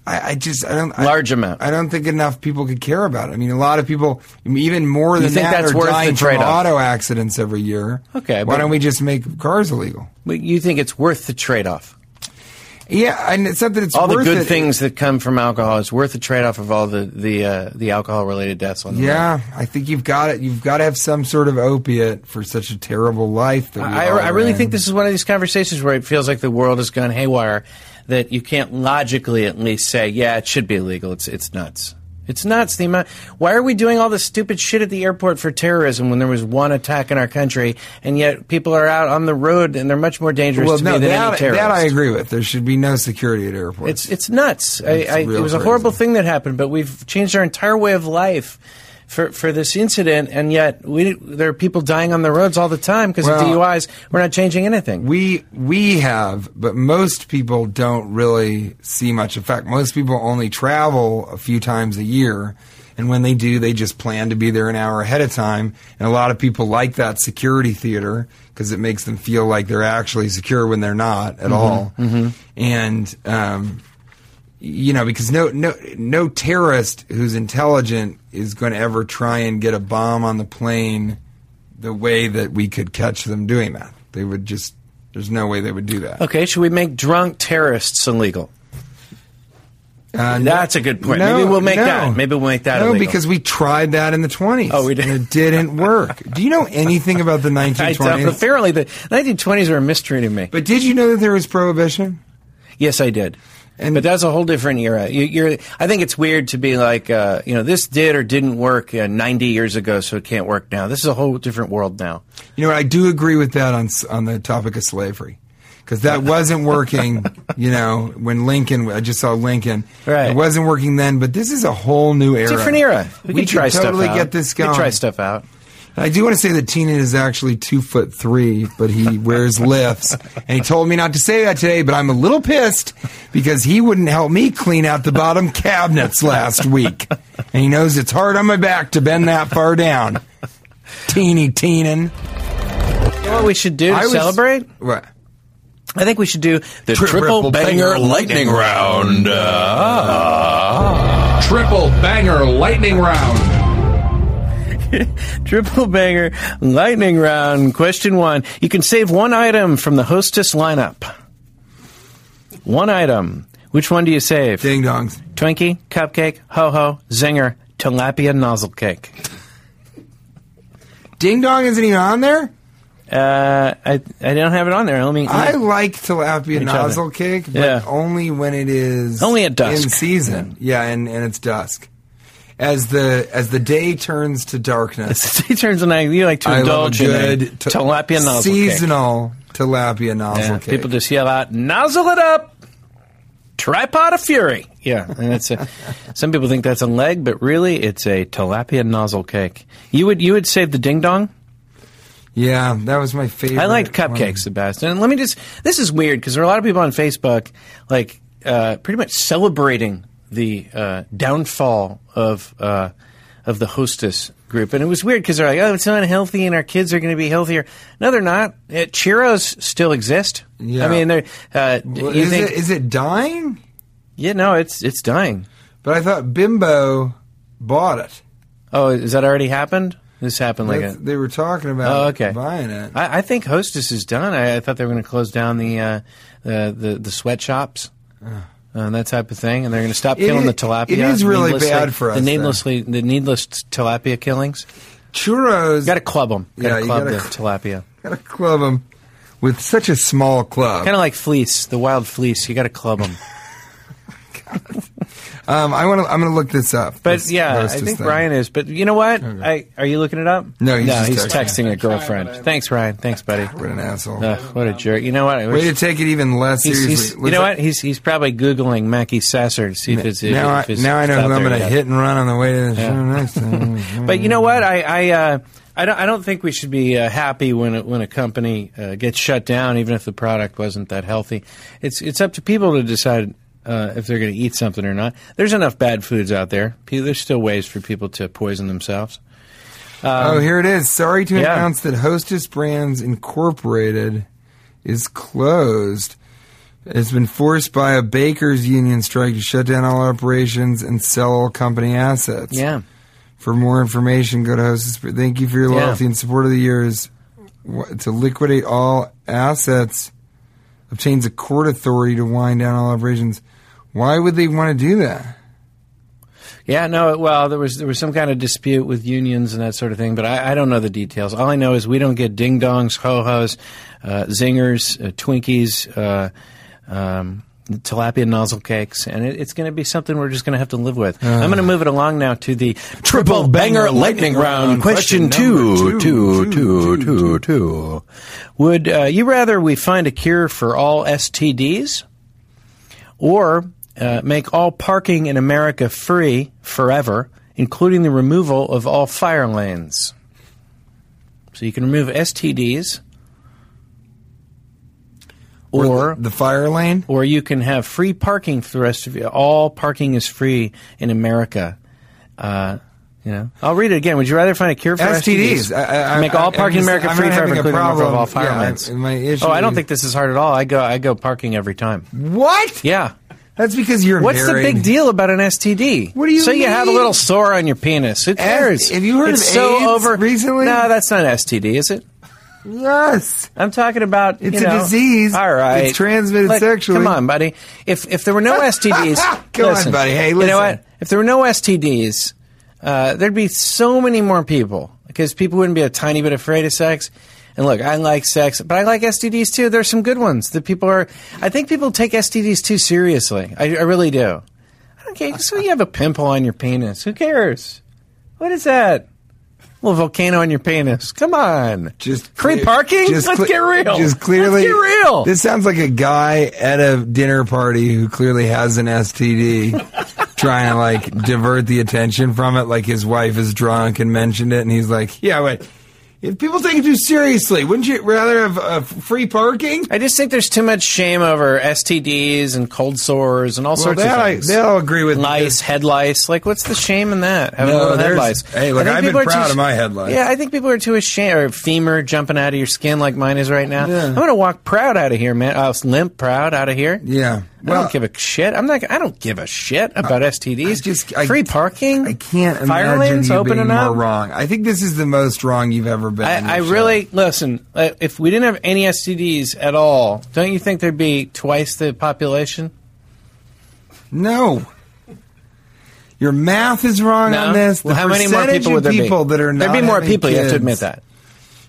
I, I just, I don't, I- Large amount. I don't think enough people could care about it. I mean, a lot of people, I mean, even more than think that, that's are worth the dying from trade-off? auto accidents every year. Okay, why but- don't we just make cars illegal? But you think it's worth the trade off? Yeah, and it's not that it's All the worth good it. things that come from alcohol is worth the trade off of all the the uh, the alcohol related deaths on the road. Yeah, I think you've got it. You've got to have some sort of opiate for such a terrible life. That we I, all I really are in. think this is one of these conversations where it feels like the world has gone haywire. That you can't logically, at least, say, "Yeah, it should be illegal." It's it's nuts. It's nuts. The amount. Why are we doing all this stupid shit at the airport for terrorism when there was one attack in our country, and yet people are out on the road and they're much more dangerous Well, to no, me than that, any terrorist. that I agree with. There should be no security at airports. It's it's nuts. I, It's I, it real was a crazy. horrible thing that happened, but we've changed our entire way of life for, for this incident, and yet we there are people dying on the roads all the time because Well- of DUIs. We're not changing anything. we we have, but most people don't really see much effect. Most people only travel a few times a year, and when they do, they just plan to be there an hour ahead of time. And a lot of people like that security theater because it makes them feel like they're actually secure when they're not at all. And um, you know, because no no no terrorist who's intelligent is going to ever try and get a bomb on the plane the way that we could catch them doing that. They would just. There's no way they would do that. Okay, should we make drunk terrorists illegal? Uh, That's a good point. no, Maybe we'll make no. that. Maybe we'll make that No, illegal. because we tried that in the 20s. Oh, we did. And it didn't work. do you know anything about the I 1920s? don't, apparently the 1920s were a mystery to me. But did you know that there was prohibition? Yes, I did. And- but that's a whole different era. You, you're, I think it's weird to be like, uh, you know, this did or didn't work uh, 90 years ago, so it can't work now. This is a whole different world now. You know, what? I do agree with that on s- on the topic of slavery because that wasn't working. you know, when Lincoln, I just saw Lincoln. Right. It wasn't working then, but this is a whole new era. Different era. We, We could try could totally stuff out. get this We could try going. stuff out. I do want to say that Tina is actually two foot three, but he wears lifts. And he told me not to say that today, but I'm a little pissed because he wouldn't help me clean out the bottom cabinets last week. And he knows it's hard on my back to bend that far down. Teeny teenin'. You know what we should do to I was- celebrate? What? I think we should do the triple, Triple banger. banger lightning round. Ah. Triple banger lightning round. Triple banger lightning round. Question one. You can save one item from the hostess lineup. One item. Which one do you save? Ding dongs. Twinkie, cupcake, ho ho, zinger, tilapia nozzle cake. Ding dong isn't even on there? Uh, I I don't have it on there. Let me. I like tilapia Each nozzle other. cake, but Yeah. only when it is Only at dusk. in season. Yeah, and, and it's dusk. As the as the day turns to darkness, he turns and I you like to I love a indulge in a good t- tilapia nozzle cake. seasonal tilapia nozzle Yeah, cake. People just yell out, "Nozzle it up!" Tripod of fury. Yeah, and it's a, some people think that's a leg, but really it's a tilapia nozzle cake. You would you would save the ding dong. yeah, that was my favorite. I liked cupcakes the one. best. And let me just this is weird because there are a lot of people on Facebook like uh, pretty much celebrating the uh, downfall of uh, of the hostess group, and it was weird because they're like, "Oh, it's unhealthy, and our kids are going to be healthier." No, they're not. Uh, Cheetos still exist. Yeah. I mean, they're uh, Well, you is, think it, is it dying? yeah, no, it's it's dying. But I thought Bimbo bought it. Oh, has that already happened? This happened like That's- a they were talking about Oh, okay. buying it. I, I think Hostess is done. I, I thought they were going to close down the uh, uh, the the sweatshops. Uh, and that type of thing, and they're going to stop It killing the is- tilapia. it is really needlessly- bad for us, The though. needlessly, the needless tilapia killings. Churros Got to club them. Got Yeah, to you club gotta the tilapia. gotta club them with such a small club. Kind of like fleece, the wild fleece. You got to club them. Um, I want to. I'm going to look this up. But This yeah, I hostess think thing. Ryan is. But you know what? I, are you looking it up? No, he's no, just he's texting. texting, a girlfriend. Thanks, Ryan. Thanks, buddy. What an asshole! Ugh, what a jerk. You know what? I wish- Way to take it even less He's, seriously. he's, you know what? He's he's probably googling Mackie Sasser to see if it's now, if I, it's now I know out who I'm there going to yet. hit and run on the way to the show next time. But you know what? I I uh, I don't I don't think we should be uh, happy when a, when a company uh, gets shut down, even if the product wasn't that healthy. It's it's up to people to decide. Uh, if they're going to eat something or not, there's enough bad foods out there. Pe- There's still ways for people to poison themselves. oh, here it is. Sorry to yeah. announce that Hostess Brands Incorporated is closed. It's been forced by a bakers union strike to shut down all operations and sell all company assets. Yeah, For more information, go to Hostess. Br- Thank you for your Yeah. loyalty and support of the years. Wha- To liquidate all assets, obtains a court authority to wind down all operations. Why would they want to do that? yeah. No, it- well, there was there was some kind of dispute with unions and that sort of thing, but I, I don't know the details. All I know is we don't get ding dongs, ho hos, uh, zingers, uh, Twinkies, uh, um, tilapia nozzle cakes, and it, it's going to be something we're just going to have to live with. I'm going to move it along now to the Uh. Triple banger lightning round. Question two, number two, two, two, two, two, two. Would uh, you rather we find a cure for all STDs or uh, make all parking in America free forever, including the removal of all fire lanes? So you can remove STDs or. the fire lane? or you can have free parking for the rest of you. All parking is free in America. Uh, you know, I'll read it again. Would you rather find a cure for STDs? STDs. I- I- make I- all I'm parking in just- America I'm free not forever, having a including removal of problem. all fire Yeah, lanes. I- my issue Mm-hmm. oh, I don't is- think this is hard at all. I go, I go parking every time. What? Yeah. That's because you're What's married. the big deal about an STD? What do you So you have a mean? little sore on your penis. Who cares? have you heard it's of so AIDS over recently? No, that's not STD, is it? Yes. I'm talking about. It's you a know- disease. All right, It's transmitted Look, sexually. Come on, buddy. If if there were no STDs, Come on, listen, buddy. Hey, You know listen. what? If there were no STDs, uh, there'd be so many more people because people wouldn't be a tiny bit afraid of sex. And look, I like sex, but I like STDs too. There's some good ones that people are. I think people take STDs too seriously. I, I really do. Okay, so you have a pimple on your penis. Who cares? What is that? Little volcano on your penis. Come on. Just Free parking? Let's cle- get real. Just clearly, Let's get real. This sounds like a guy at a dinner party who clearly has an STD, trying to like divert the attention from it. Like his wife is drunk and mentioned it, and he's like, "Yeah, wait, If people take it too seriously, wouldn't you rather have uh, free parking? I just think there's too much shame over STDs and cold sores and all Well, sorts of that I- things. they'll agree with me. lice, head lice. Like, what's the shame in that? Having No, little head there's- lice. hey, look, I think I've been people are proud too- of my head lice. Yeah, I think people are too ashamed. Or femur jumping out of your skin like mine is right now. I'm gonna walk proud out of here, man. I was limp proud out of here. Yeah. I Well- don't give a shit. I'm not. I don't give a shit about STDs. I just- I- free parking. I can't Fire imagine lanes you opening being up. more wrong. I think this is the most wrong you've ever been. on I, I this show. really listen. Uh, if we didn't have any STDs at all, don't you think there'd be twice the population? no. Your math is wrong on this. The Well, how many more percentage people would of there people be? that are not There'd be more having people. You have to kids- admit that.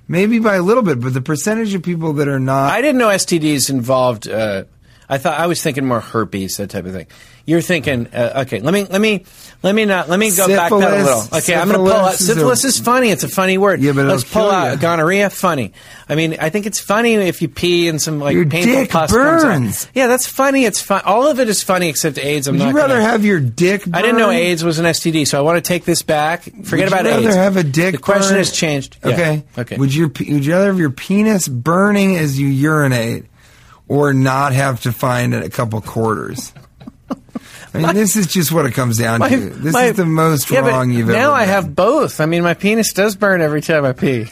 Maybe by a little bit, but the percentage of people that are not I didn't know STDs involved. Uh, I thought I was thinking more herpes, that type of thing. You're thinking, uh, okay, let me let me let me not let me go back that a Syphilis- little. Okay, I'm going to pull out. syphilis is a- Syphilis is funny. It's a funny word. Yeah, but it'll let's pull kill out ya. gonorrhea. Funny. I mean, I think it's funny if you pee and some like Your painful dick pus comes out. burns. Yeah, that's funny. It's fun. All of it is funny except AIDS. I'm Would not. you rather gonna- have your dick? I didn't know burned? AIDS was an STD, so I want to take this back. Forget Would about you rather AIDS. have a dick? The question burn- has changed. Yeah. Okay. Okay. Would your pe- would you rather have your penis burning as you urinate, or not have to find a couple quarters? I mean, this is just what it comes down My- to. This my- is the most yeah, but wrong you've ever. Now I done. have both. I mean, my penis does burn every time I pee.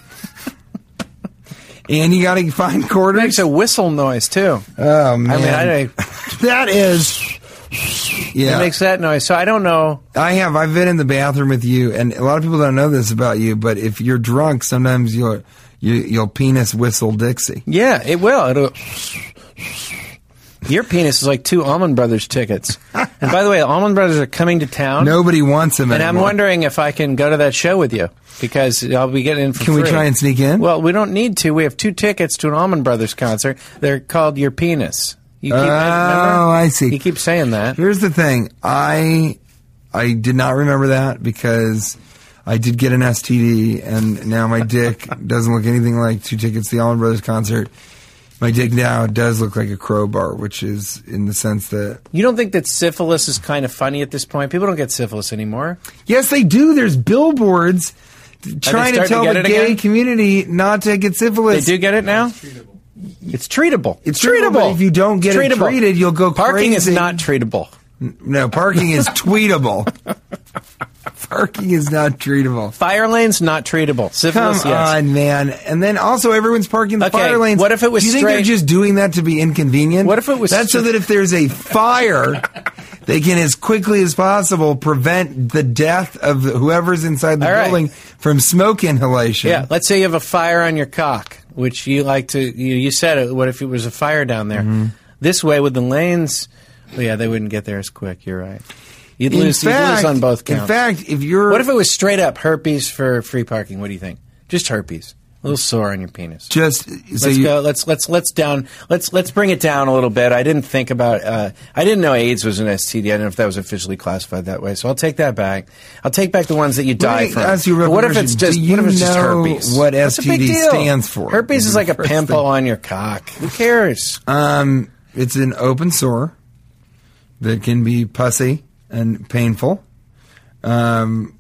and you got to find It quarters. makes a whistle noise too. oh man, I mean, I, it that is. Yeah, makes that noise. So I don't know. I have. I've been in the bathroom with you, and a lot of people don't know this about you. But if you're drunk, sometimes you'll you, you'll penis whistle Dixie. Yeah, it will. It'll. Your penis is like two Almond Brothers tickets. And by the way, Almond Brothers are coming to town. Nobody wants them And I'm anymore. wondering if I can go to that show with you because I'll be getting in for Can we free. try and sneak in? Well, we don't need to. We have two tickets to an Almond Brothers concert. They're called Your Penis. You keep, Oh, remember? I see. You keep saying that. Here's the thing. I I did not remember that because I did get an STD, and now my dick doesn't look anything like two tickets to the Allman Brothers concert. My dick now does look like a crowbar, which is in the sense that You don't think that syphilis is kind of funny at this point? People don't get syphilis anymore. yes, they do. There's billboards trying starting to to tell get the it gay again? community not to get They syphilis. do get it now. It's treatable. It's treatable, but if you don't get it treated, you'll go Parking is crazy. not treatable. No, parking is tweetable. parking is not treatable. Fire lanes not treatable. Come Syphilis, yes. on, man. And then also everyone's parking the Okay, fire lanes. what if it was Do you think they're straight- just doing that to be inconvenient? What if it was That's so stra- that if there's a fire, they can as quickly as possible prevent the death of whoever's inside the All right. building from smoke inhalation. Yeah, let's say you have a fire on your cock, which you like to. You, you said it. What if it was a fire down there? Mm-hmm. This way with the lanes, well, yeah, they wouldn't get there as quick. You're right. You'd in lose. you'd fact, lose on both in counts. fact, if you're what if it was straight up herpes for free parking? What do you think? Just herpes, a little sore on your penis. just so let's you, go. Let's let's let's down. Let's let's bring it down a little bit. I didn't think about. Uh, I didn't know AIDS was an STD. I didn't know if that was officially classified that way. So I'll take that back. I'll take back the ones that you Let die me from. ask you a real But what if question. it's just? Do you what if it's just know herpes? what What's the big STD deal? stands for? Herpes is like a First pimple thing. on your cock. Who cares? um, it's an open sore that can be pussy and painful. Um,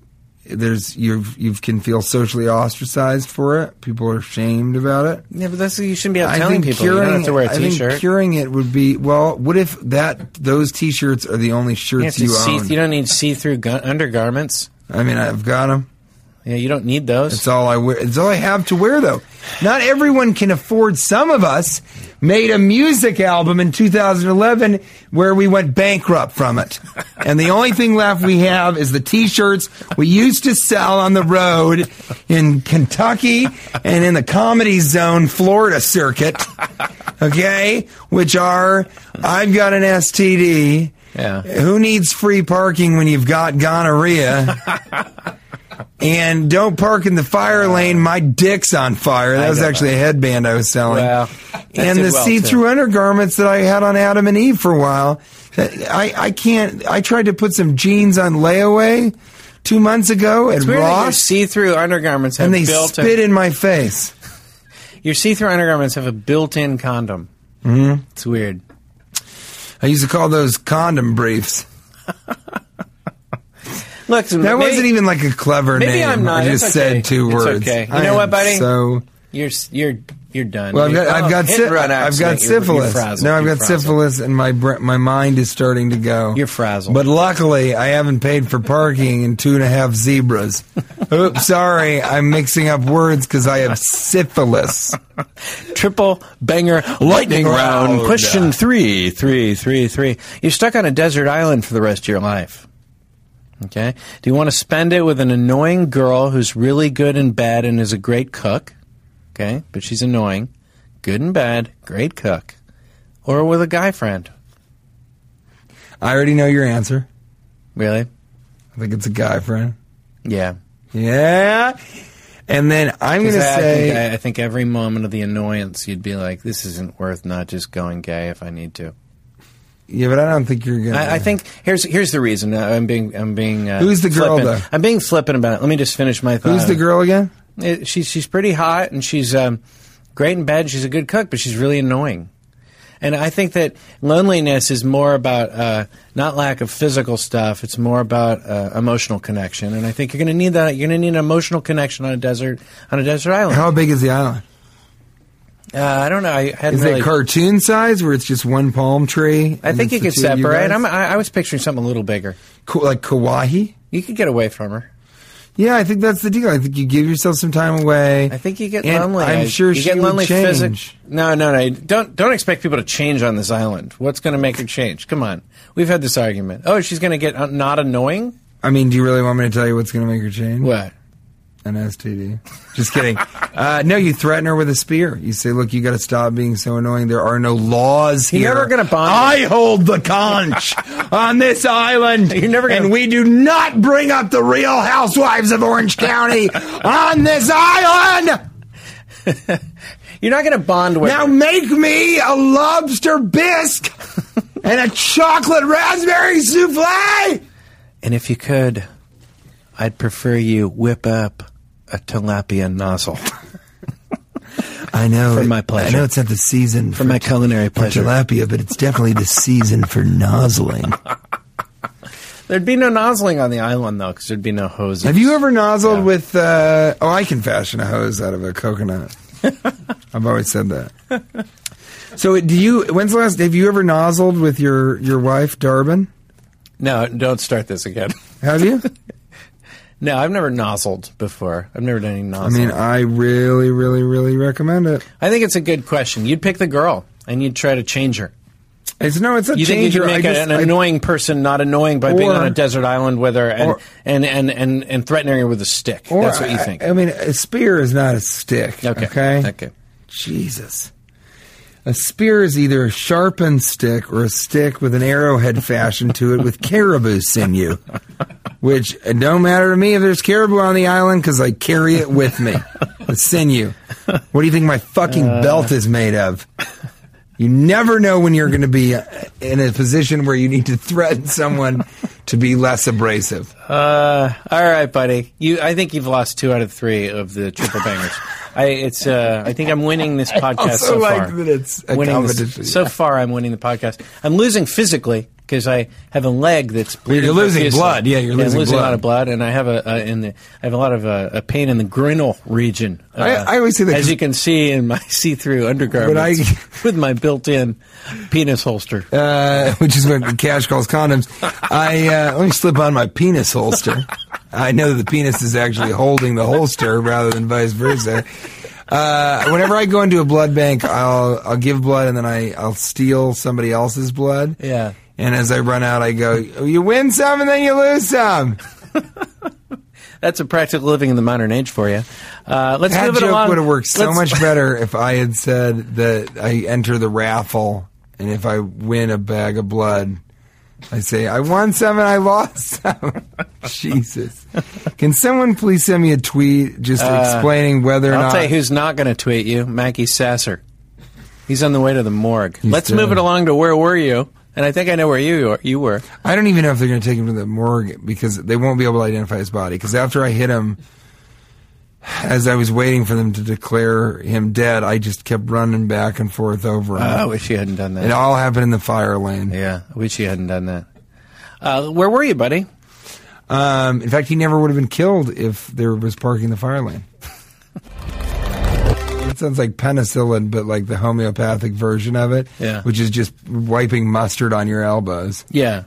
there's you've you can feel socially ostracized for it. People are ashamed about it. yeah, but that's you shouldn't be out telling people. you don't have to wear a I think t-shirt. curing it would be well. What if that those t-shirts are the only you, shirts have to you, see, own? you don't need see-through gun- undergarments. I mean, I've got them. Yeah, you don't need those. It's all I wear. It's all I have to wear, though. Not everyone can afford. Some of us made a music album in 2011 where we went bankrupt from it, and the only thing left we have is the T-shirts we used to sell on the road in Kentucky and in the Comedy Zone Florida circuit. Okay, which are I've got an STD. Yeah. Who needs free parking when you've got gonorrhea? and don't park in the fire lane. My dick's on fire. That was know actually a headband I was selling. Well, that did and the well, see-through too. undergarments that I had on Adam and Eve for a while. I, I can't. I tried to put some jeans on layaway two months ago at It's weird that your Ross, see-through undergarments have and they built spit in my face. Your see-through undergarments have a built-in condom. Mm-hmm. It's weird. I used to call those condom briefs. Look, That wasn't even like a clever maybe name. I'm not. I It's just okay. said two It's words. okay. You I know what, am buddy? So You're you're you're done. well, I've You- got, I've oh, got, hit syph- and run I've got accident. You're- you're syphilis. frazzled. no, I've You're got frazzled. syphilis, and my br- my mind is starting to go. You're frazzled. But luckily, I haven't paid for parking and two and a half zebras. Oops, sorry, I'm mixing up words because I have syphilis. triple banger lightning round. Round. Question three, three, three, three. You're stuck on a desert island for the rest of your life. Okay. Do you want to spend it with an annoying girl who's really good in bed and is a great cook? Okay, but she's annoying. Good in bed, great cook, or with a guy friend? I already know your answer. Really? I think it's a guy friend. Yeah. Yeah. And then I'm going to 'Cause I, I think, say I, I think every moment of the annoyance, you'd be like, "This isn't worth not just going gay if I need to." Yeah, but I don't think you're going to. I, I think here's here's the reason Uh, I'm being I'm being uh, Who's the girl, flippant. though? I'm being flippant about it. Let me just finish my thought. Who's the girl again? It, she's she's pretty hot and she's um, great in bed. She's a good cook, but she's really annoying. And I think that loneliness is more about uh, not lack of physical stuff. It's more about uh, emotional connection. And I think you're going to need that. You're going to need an emotional connection on a desert on a desert island. How big is the island? Uh, I don't know. I hadn't Is really. it cartoon size where it's just one palm tree? I and think you it's could the two of separate. guys? I'm, I, I was picturing something a little bigger. Ko- like Kauai. You could get away from her. Yeah, I think that's the deal. I think you give yourself some time away. I think you get And lonely. I- I'm sure you she get would lonely change. physi- No, no, no. Don't don't expect people to change on this island. What's going to make her change? Come on. We've had this argument. Oh, she's going to get uh, not annoying. I mean, do you really want me to tell you what's going to make her change? What? An STD. Just kidding. uh, no, you threaten her with a spear. You say, "Look, you got to stop being so annoying. There are no laws You're here. never gonna bond I hold the conch on this island. You're never gonna- And we do not bring up the Real Housewives of Orange County on this island. You're not going to bond with Now her. make me a lobster bisque and a chocolate raspberry souffle. And if you could, I'd prefer you whip up a tilapia nozzle I know For it- my pleasure. I know it's not the season for my culinary for pleasure. tilapia, but it's definitely the season for nozzling. There'd be no nozzling on the island though, because there'd be no hoses. Have you ever nozzled Yeah. with? Uh, oh, I can fashion a hose out of a coconut. I've always said that. So, do you? When's the last? Have you ever nozzled with your your wife, Darbin? No, don't start this again. Have you? No, I've never nozzled before. I've never done any I nozzling. mean, I really, really, really recommend it. I think it's a good question. You'd pick the girl and you'd try to change her. It's no, it's a You think you changer. could make I a- an just- I- annoying person not annoying by being Or- on a desert island with her and, or- and, and, and, and threatening her with a stick? or That's what you I- think. I, mean, a spear is not a stick. okay. Okay. Okay. Jesus. A spear is either a sharpened stick or a stick with an arrowhead fashioned to it with caribou sinew, which it don't matter to me if there's caribou on the island because I carry it with me. The sinew. What do you think my fucking belt is made of? You never know when you're going to be in a position where you need to threaten someone to be less abrasive. Uh, all right, buddy. You, I think you've lost two out of three of the triple bangers. I, it's, uh, I think I'm winning this podcast also so like far. that it's a Winning this- competition. so far, I'm winning the podcast. I'm losing physically because I have a leg that's bleeding. You're losing profusely. blood. Yeah, you're I'm losing a lot blood. of blood, and I have a, uh in the, I have a lot of uh, a pain in the grinal region. Uh, I- I always say that 'cause- as you can see in my see-through undergarments But I- with my built-in penis holster. uh, which is what Cash calls condoms. I uh, let me slip on my penis holster. I know the penis is actually holding the holster rather than vice versa. Uh, whenever I go into a blood bank, I'll I'll give blood and then I I'll steal somebody else's blood. Yeah. And as I run out, I go, "You win some and then you lose some." That's a practical living in the modern age for you. Uh, let's That move it joke along. would have worked so Let's- much better if I had said that I enter the raffle and if I win a bag of blood, I say I won some and I lost some. Jesus, can someone please send me a tweet just explaining whether or Uh, I'll not? tell you who's not going to tweet you, Mackie Sasser. He's on the way to the morgue. Let's dead. move it along to where were you? And I think I know where you were. You were. I don't even know if they're going to take him to the morgue because they won't be able to identify his body. Because after I hit him, as I was waiting for them to declare him dead, I just kept running back and forth over him. I wish you hadn't done that. Uh, it all happened in the fire lane. yeah, I wish you hadn't done that. Uh, where were you, buddy? Um, in fact, he never would have been killed if there was parking in the fire lane. It sounds like penicillin, but like the homeopathic version of it, Yeah. which is just wiping mustard on your elbows. Yeah.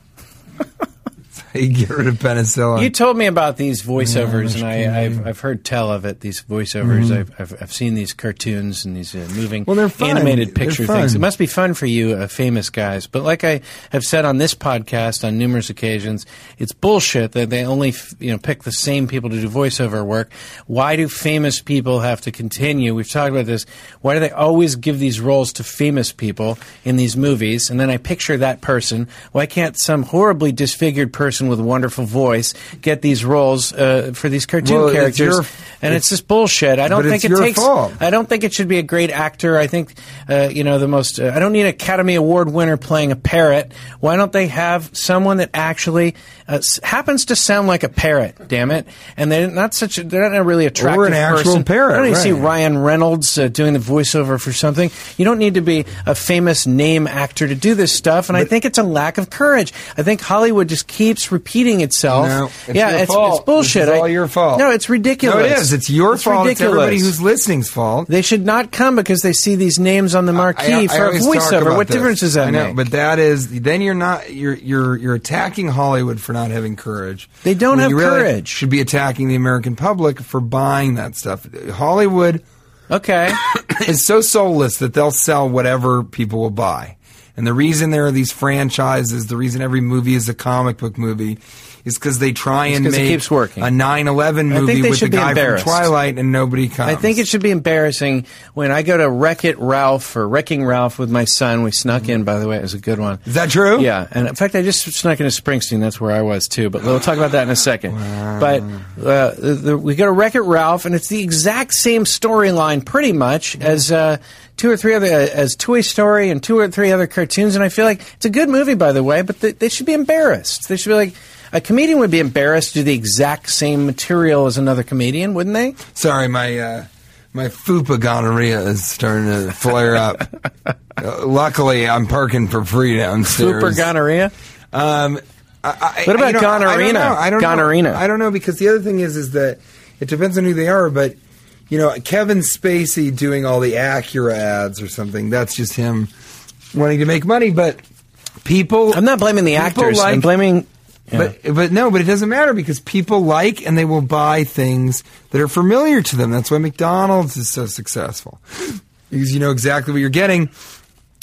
You get rid of penicillin. You told me about these voiceovers, and I, I've, I've heard tell of it. These voiceovers, I've, I've, I've seen these cartoons and these uh, moving, Mm-hmm. Well, they're fun. animated They're picture fun. things. It must be fun for you, uh, famous guys. But like I have said on this podcast on numerous occasions, it's bullshit that they only f- you know pick the same people to do voiceover work. Why do famous people have to continue? We've talked about this. Why do they always give these roles to famous people in these movies? And then I picture that person. Why can't some horribly disfigured person with a wonderful voice get these roles uh, for these cartoon Well, it's characters? your- and it's, just bullshit. I don't but think it's it your takes. fault. I don't think it should be a great actor. I think, uh, you know, the most. Uh, I don't need an Academy Award winner playing a parrot. Why don't they have someone that actually uh, s- happens to sound like a parrot? Damn it! And they're not such. A, they're not a really attractive an actual person. parrot, I don't need to see right. Ryan Reynolds uh, doing the voiceover for something. You don't need to be a famous name actor to do this stuff. And I think it's a lack of courage. I think Hollywood just keeps repeating itself. No, it's yeah, your it's, fault. it's bullshit. This is all I- your fault. No, it's ridiculous. No, it is. It's your fault. ridiculous. It's everybody who's listening's fault. They should not come because they see these names on the marquee I- I for a always talk voiceover. about What this. difference does that I know, make? But that is then you're not you're you're you're attacking Hollywood for not having courage. They don't When have you really courage. Should be attacking the American public for buying that stuff. Hollywood okay, is so soulless that they'll sell whatever people will buy. And the reason there are these franchises, the reason every movie is a comic book movie, is because they try and 'cause it make keeps working. a 9-11 I think movie they with the should be guy from embarrassed. Twilight and nobody comes. I think it should be embarrassing when I go to Wreck It Ralph or Wrecking Ralph with my son. We snuck in, by the way, it was a good one. Is that true? Yeah, and in fact, I just snuck into Springsteen. That's where I was too. But we'll talk about that in a second. But uh, the, the, we got a Wreck It Ralph, and it's the exact same storyline, pretty much as uh, two or three other uh, as Toy Story and two or three other cartoons. And I feel like it's a good movie, by the way. But they, they should be embarrassed. They should be like. A comedian would be embarrassed to do the exact same material as another comedian, wouldn't they? Sorry, my uh, my fupa gonorrhea is starting to flare up. Uh, luckily, I'm parking for free downstairs. Super gonorrhea. Um, I, I, What about you know, gonorrhea? I don't know. I don't Gonorrhea. Know. I don't know because the other thing is is that it depends on who they are, but you know, Kevin Spacey doing all the Acura ads or something. That's just him wanting to make money, but. People, I'm not blaming the people actors. Like, I'm blaming. Yeah. but but no, but it doesn't matter because people like and they will buy things that are familiar to them. That's why McDonald's is so successful because you know exactly what you're getting.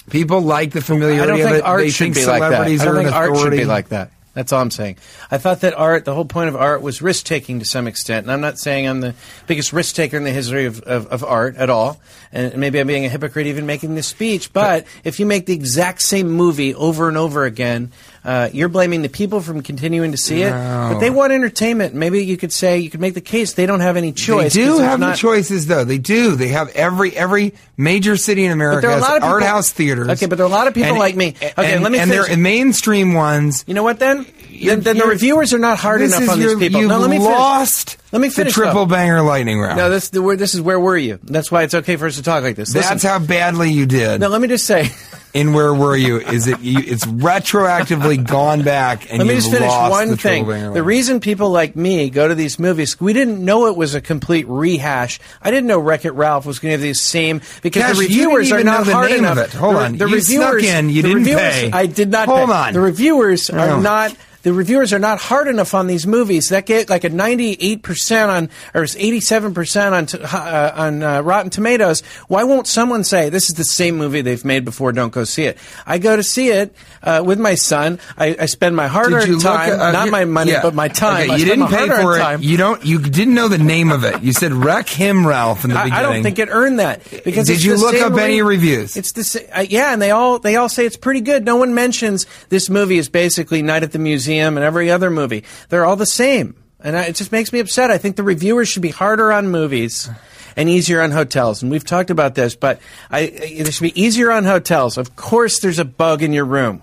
People like the familiarity I don't of think it. art they should think be like that. I celebrities don't are think an art authority. should be like that. That's all I'm saying. I thought that art, the whole point of art was risk taking to some extent. And I'm not saying I'm the biggest risk taker in the history of, of, of art at all. And maybe I'm being a hypocrite even making this speech. But if you make the exact same movie over and over again, uh, you're blaming the people from continuing to see it. But they want entertainment. Maybe you could say, you could make the case they don't have any choice. They 'cause do there's have the not- choices, though. They do. They have every every major city in America there are a has lot of art people- house theaters. Okay, but there are a lot of people like me. Okay, and, let me And finish. they're mainstream ones. You know what? Then, You're- then, then the you're- reviewers are not hard this enough is on your- these people. You've no, let me finish. lost. Let me the finish, triple though. banger lightning round. No, this the where this is where were you? That's why it's okay for us to talk like this. Listen, That's how badly you did. Now let me just say. in Where Were You is it you, it's retroactively gone back and Let me you've just finish lost one the thing. Triple Banger The Line. reason people like me go to these movies, we didn't know it was a complete rehash. I didn't know Wreck It Ralph was going to have these same because Gosh, the you didn't reviewers even are know not the hard name enough. of it. Hold The- on. the You snuck reviewers- in, you the didn't reviewers- pay. I did not. Hold pay. on. The reviewers are Oh. not. The reviewers are not hard enough on these movies. That get like a ninety-eight percent on, or eighty-seven percent on t- uh, on uh, Rotten Tomatoes. Why won't someone say this is the same movie they've made before? Don't go see it. I go to see it uh, with my son. I, I spend my hard Did earned you look time, at- uh, not you- my money, yeah. but my time. Okay, I spent you didn't my pay hard-earned for it. time. You don't. You didn't know the name of it. You said wreck him, Ralph, in the I, beginning. I don't think it earned that because Did it's you the look same up re- any reviews? It's the sa- uh, yeah, and they all they all say it's pretty good. No one mentions this movie is basically Night at the Museum and every other movie. They're all the same, and I, it just makes me upset. I think the reviewers should be harder on movies. And easier on hotels, and we've talked about this, but I, I- it should be easier on hotels. Of course, there's a bug in your room.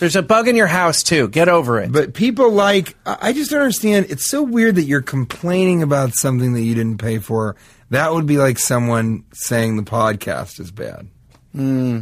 There's a bug in your house too. Get over it. But people like. I I just don't understand. It's so weird that you're complaining about something that you didn't pay for. That would be like someone saying the podcast is bad.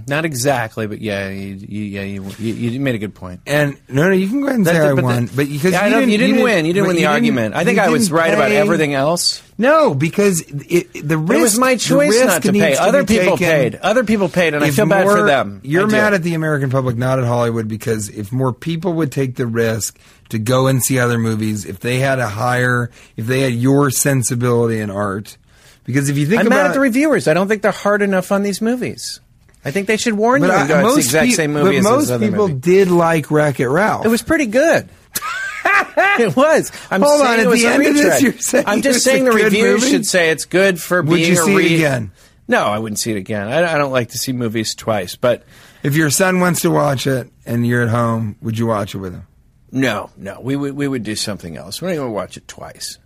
Not exactly, but yeah, you, you, yeah, you, you, you made a good point. And no, no, you can go ahead and say That's I it, but won, the- but because Yeah, I you, know, didn't, you didn't win. You didn't but win the you didn't- argument. I think you I was didn't right about pay- everything else. No, because it, it, the risk it was my the choice risk not to needs pay. be Other people taken paid. Other people paid, and I if feel bad for more- them. You're I do. mad at the American public, not at Hollywood, because if more people would take the risk to go and see other movies, if they had a higher, if they had your sensibility in art, because if you think I'm about mad at the reviewers. I don't think they're hard enough on these movies. I think they should warn you. I- and go, it's the exact pe- same but movie as most this other people movie. did like Wreck It Ralph. It was pretty good. it was. I'm Hold saying on, it at was the a end of this, retread. you're saying I'm it's just saying a the good reviews movie? should say it's good for Would being you a see it re- again? No, I wouldn't see it again. I, I don't like to see movies twice, but If your son wants to watch it and you're at home, would you watch it with him? no, no, we would we would do something else. We're not going to watch it twice.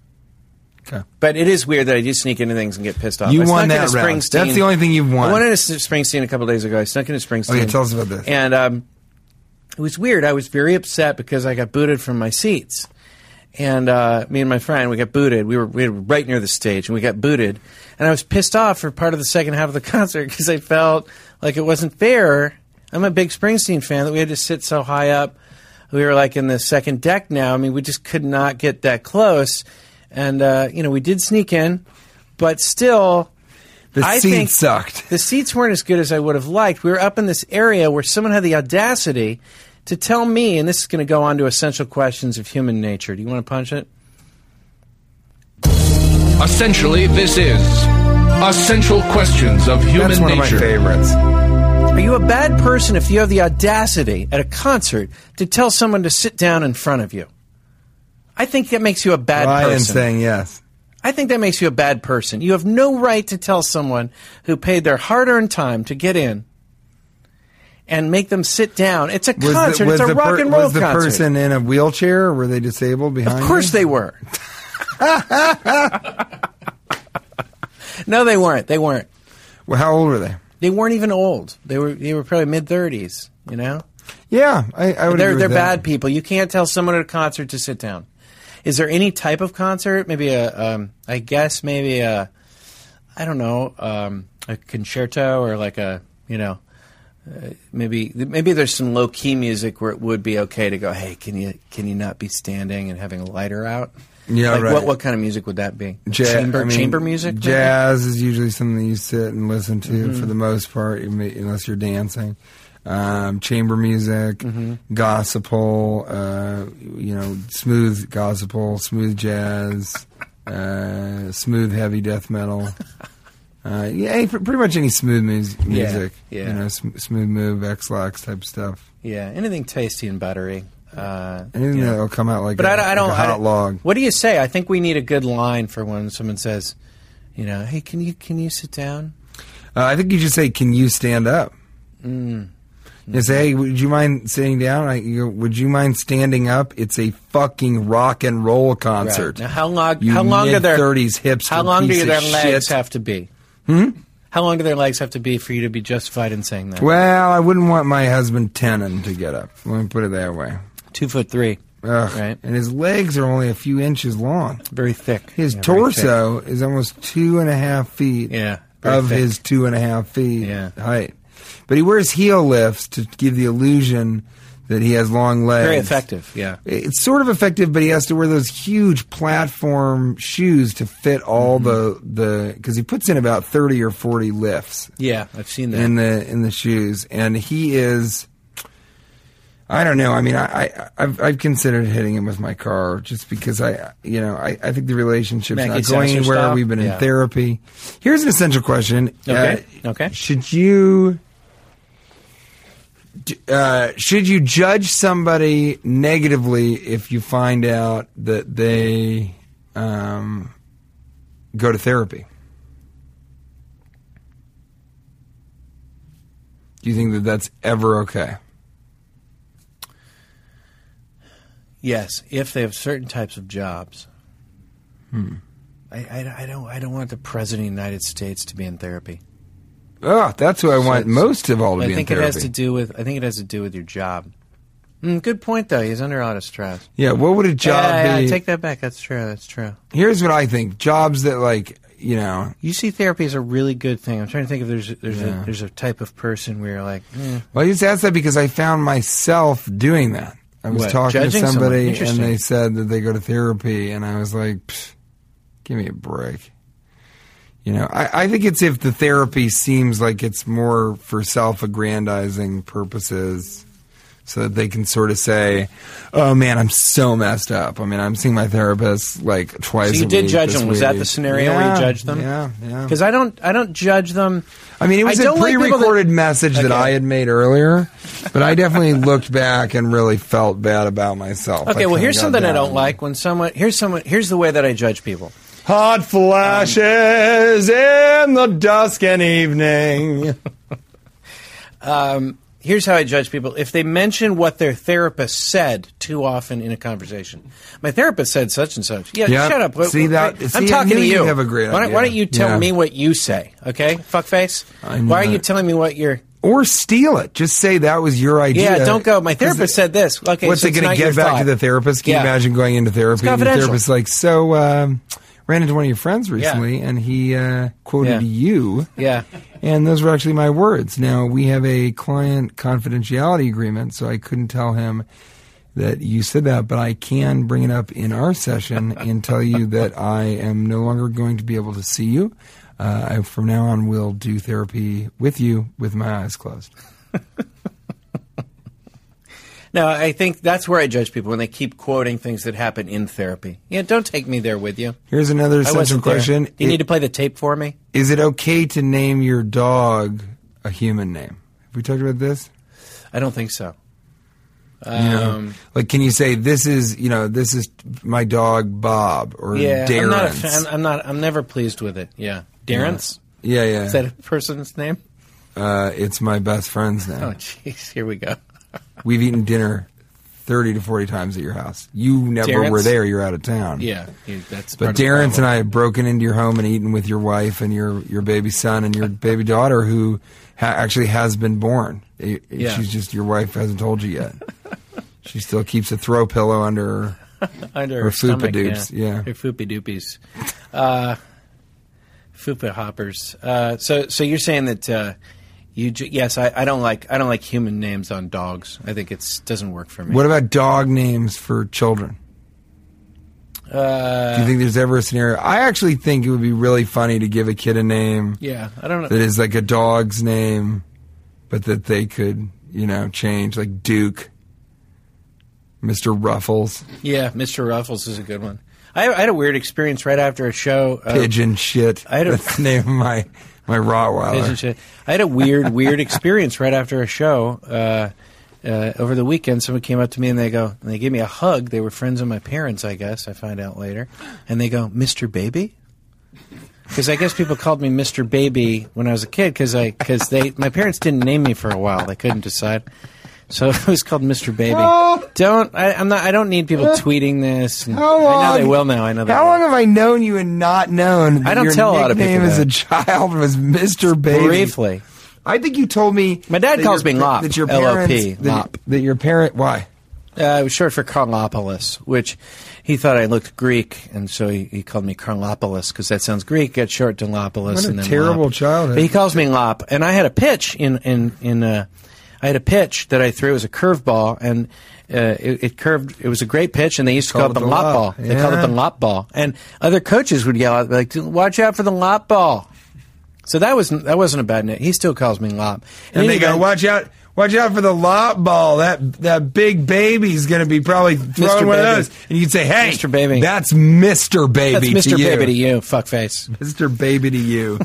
Okay. But it is weird that I do sneak into things and get pissed off. You I snuck won into that round. Springsteen. That's the only thing you've won. I went into S- Springsteen a couple days ago. I snuck into Springsteen. Okay, tell us about this. And um, it was weird. I was very upset because I got booted from my seats. And uh, me and my friend, we got booted. We were, we were right near the stage, and we got booted. And I was pissed off for part of the second half of the concert because I felt like it wasn't fair. I'm a big Springsteen fan that we had to sit so high up. We were like in the second deck now. I mean, we just could not get that close. And uh, you know, we did sneak in, but still, The I scene think- sucked. the seats weren't as good as I would have liked. We were up in this area where someone had the audacity to tell me, and this is going to go on to essential questions of human nature. Do you want to punch it? Essentially, this is Essential Questions of Human That's one of my Nature. favorites. Are you a bad person if you have the audacity at a concert to tell someone to sit down in front of you? I think that makes you a bad Ryan's person. saying yes. I think that makes you a bad person. You have no right to tell someone who paid their hard-earned time to get in and make them sit down. It's a Was the- concert. was it's a the rock per- and roll Was the concert. person in a wheelchair or were they disabled behind Of course you? they were. no, they weren't. They weren't. Well, how old were they? They weren't even old. They were. They were probably mid thirties. You know, Yeah, I, I would they're agree they're with that. bad people. You can't tell someone at a concert to sit down. Is there any type of concert? Maybe a. Um, I guess maybe a. I don't know. Um, a concerto or like a. You know. Uh, maybe maybe there's some low key music where it would be okay to go. Hey, can you can you not be standing and having a lighter out? Yeah, like right. what what kind of music would that be? Ja- chamber I mean, chamber music. maybe? Mm-hmm. Jazz is usually something you sit and listen to for the most part, you may- unless you're dancing. Um, chamber music, Mm-hmm. gospel, uh, you know, smooth gospel, smooth jazz, uh, smooth heavy death metal. Uh, yeah, any- pretty much any smooth mus- music. yeah. You know, sm- smooth move, X-Lax type stuff. Yeah, anything tasty and buttery. Uh, Anything you know. that'll come out like, But a, I don't. I like don't a I hot don't- log. What do you say? I think we need a good line for when someone says, you know, hey, can you can you sit down? Uh, I think you just say, "Can you stand up?" You say, "Hey, would you mind sitting down?" I, you go, "Would you mind standing up?" It's a fucking rock and roll concert. Now, how long? You how long do their mid-thirties hipster How long piece do their of legs shit. have to be? Hmm. How long do their legs have to be for you to be justified in saying that? Well, I wouldn't want my husband Tenon to get up. Let me put it that way. Two foot three, Ugh. Right. And his legs are only a few inches long. very thick. His Yeah, very thick. torso is almost two and a half feet Yeah, very of thick. his two and a half feet Yeah. height. But he wears heel lifts to give the illusion that he has long legs. Very effective. Yeah. It's sort of effective, but he has to wear those huge platform shoes to fit all Mm-hmm. the the because he puts in about thirty or forty lifts Yeah, I've seen that. in the in the shoes, and he is. I don't know. I mean, I, I I've, I've considered hitting him with my car just because I you know I, I think the relationship's Mackey not going Sasser anywhere. style? We've been Yeah. in therapy. Here's an essential question. Uh, Okay. Okay. Should you d- uh, should you judge somebody negatively if you find out that they um, go to therapy? Do you think that that's ever okay? Yes, if they have certain types of jobs. Hmm. I, I, I don't. I don't want the president of the United States to be in therapy. Oh, that's who I want it's- most of all to I be think in it therapy. has to do with. I think it has to do with your job. Mm, good point, though. He's under a lot of stress. yeah, what would a job yeah, yeah, be? I take that back. That's true. That's true. Here's what I think: jobs that like you know, UC therapy is a really good thing. I'm trying to think if there's there's Yeah. a there's a type of person where you're like eh, Well, I just asked that because I found myself doing that. I was What, talking to judging someone? somebody and Interesting. they said that they go to therapy, and I was like, "Pfft, give me a break. You know, I, I think it's if the therapy seems like it's more for self aggrandizing purposes so that they can sort of say, oh man, I'm so messed up. I mean, I'm seeing my therapist like twice you a did week judge this them. Was that the week." scenario where you Yeah, judged them? Yeah, yeah. because I don't I don't judge them. I mean, it was I a don't like people that- pre-recorded message that Okay. I had made earlier, but I definitely looked back and really felt bad about myself. I Okay, well kinda here's got something I down. don't like when someone here's someone here's the way that I judge people. Hot flashes in the dusk and evening. um, here's how I judge people. If they mention what their therapist said too often in a conversation, my therapist said such and such. Yeah, Yeah. shut up. What- See that- what- see, I I'm talking knew to you. you'd have a great why, don't, why idea. don't you tell Yeah. me what you say? Okay, fuckface. I know Why are you that. telling me what you're? Or steal it. Just say that was your idea. Yeah, don't go. My 'Cause therapist it- said this. Okay, What's so it it's going not to your get back thought. to the therapist? Can Yeah. you imagine going into therapy and the confidential. therapist's like, so um, ran into one of your friends recently and he uh, quoted Yeah. you. Yeah. And those were actually my words. Now, we have a client confidentiality agreement, so I couldn't tell him that you said that, but I can bring it up in our session and tell you that I am no longer going to be able to see you. Uh, I, from now on, will do therapy with you with my eyes closed. No, I think that's where I judge people when they keep quoting things that happen in therapy. Yeah, don't take me there with you. Here's another I central wasn't there. question. Do you It- need to play the tape for me? Is it okay to name your dog a human name? Have we talked about this? I don't think so. You know, Um, like, can you say this is you know this is my dog Bob or Yeah, I'm not. A Darren's? fan, I'm not. I'm never pleased with it. Yeah, Darren's. Yeah, yeah. Is that a person's name? uh, it's my best friend's name. Oh, jeez. Here we go. We've eaten dinner thirty to forty times at your house. You never were Darren's? there. You're out of town. Yeah, you- that's. But part of the Darren's and problem. I have broken into your home and eaten with your wife and your, your baby son and your baby daughter, who ha- actually has been born. It- it- Yeah. She's just your wife hasn't told you yet. she still keeps a throw pillow under her. under or her stomach, Fupa-doops, yeah. Her foopy doopies, uh, fupa hoppers. Uh, so, so you're saying that uh, you? Ju- yes, I, I don't like. I don't like human names on dogs. I think it's doesn't work for me. What about dog names for children? Do Uh, you think there's ever a scenario? I actually think it would be really funny to give a kid a name yeah, I don't know. that is like a dog's name, but that they could, you know, change, like Duke, Mr. Ruffles, Yeah, Mr. Ruffles is a good one. I, I had a weird experience right after a show. uh, Pigeon Shit. I don't- That's the name of my, my Pigeon Rottweiler. shit. I had a weird, weird experience right after a show uh, uh, over the weekend. Someone came up to me and they go, and they gave me a hug. They were friends of my parents, I guess. I find out later, and they go, "Mr. Baby," because I guess people called me Mr. Baby when I was a kid because I because they my parents didn't name me for a while. They couldn't decide. So it was called Mr. Baby. Oh. Don't I, I'm not. I don't need people tweeting this. And How long? I know they will now. I know they How will. long have I known you and not known? That I don't your tell a lot of nickname people as that. a child was Mr. Baby. briefly. I think you told me. My dad that calls your- me Lop, That your L-O-P, parents, that- Lop. That your parent. Why? Uh, it was short for Karlopolis, which he thought I looked Greek, and so he, he called me Karlopolis because that sounds Greek. Got short to Lopolis, What a and then terrible Lop. childhood. But he calls me Lop, and I had a pitch in in in uh, I had a pitch that I threw as a curveball, and uh, it, it curved. It was a great pitch, and they used to call it the lop ball. They called it Yeah. the lop ball, and other coaches would yell out like, "Watch out for the lop ball." So that was that wasn't a bad name. He still calls me Lop, In And any they go, event- watch out, watch out for the lop ball. That that big baby's going to be probably throwing one Baby. of those. And you'd say, hey, Mr. Baby. that's Mr. Baby. That's to Mr. you. Baby to you, fuckface. Mr. Baby to you.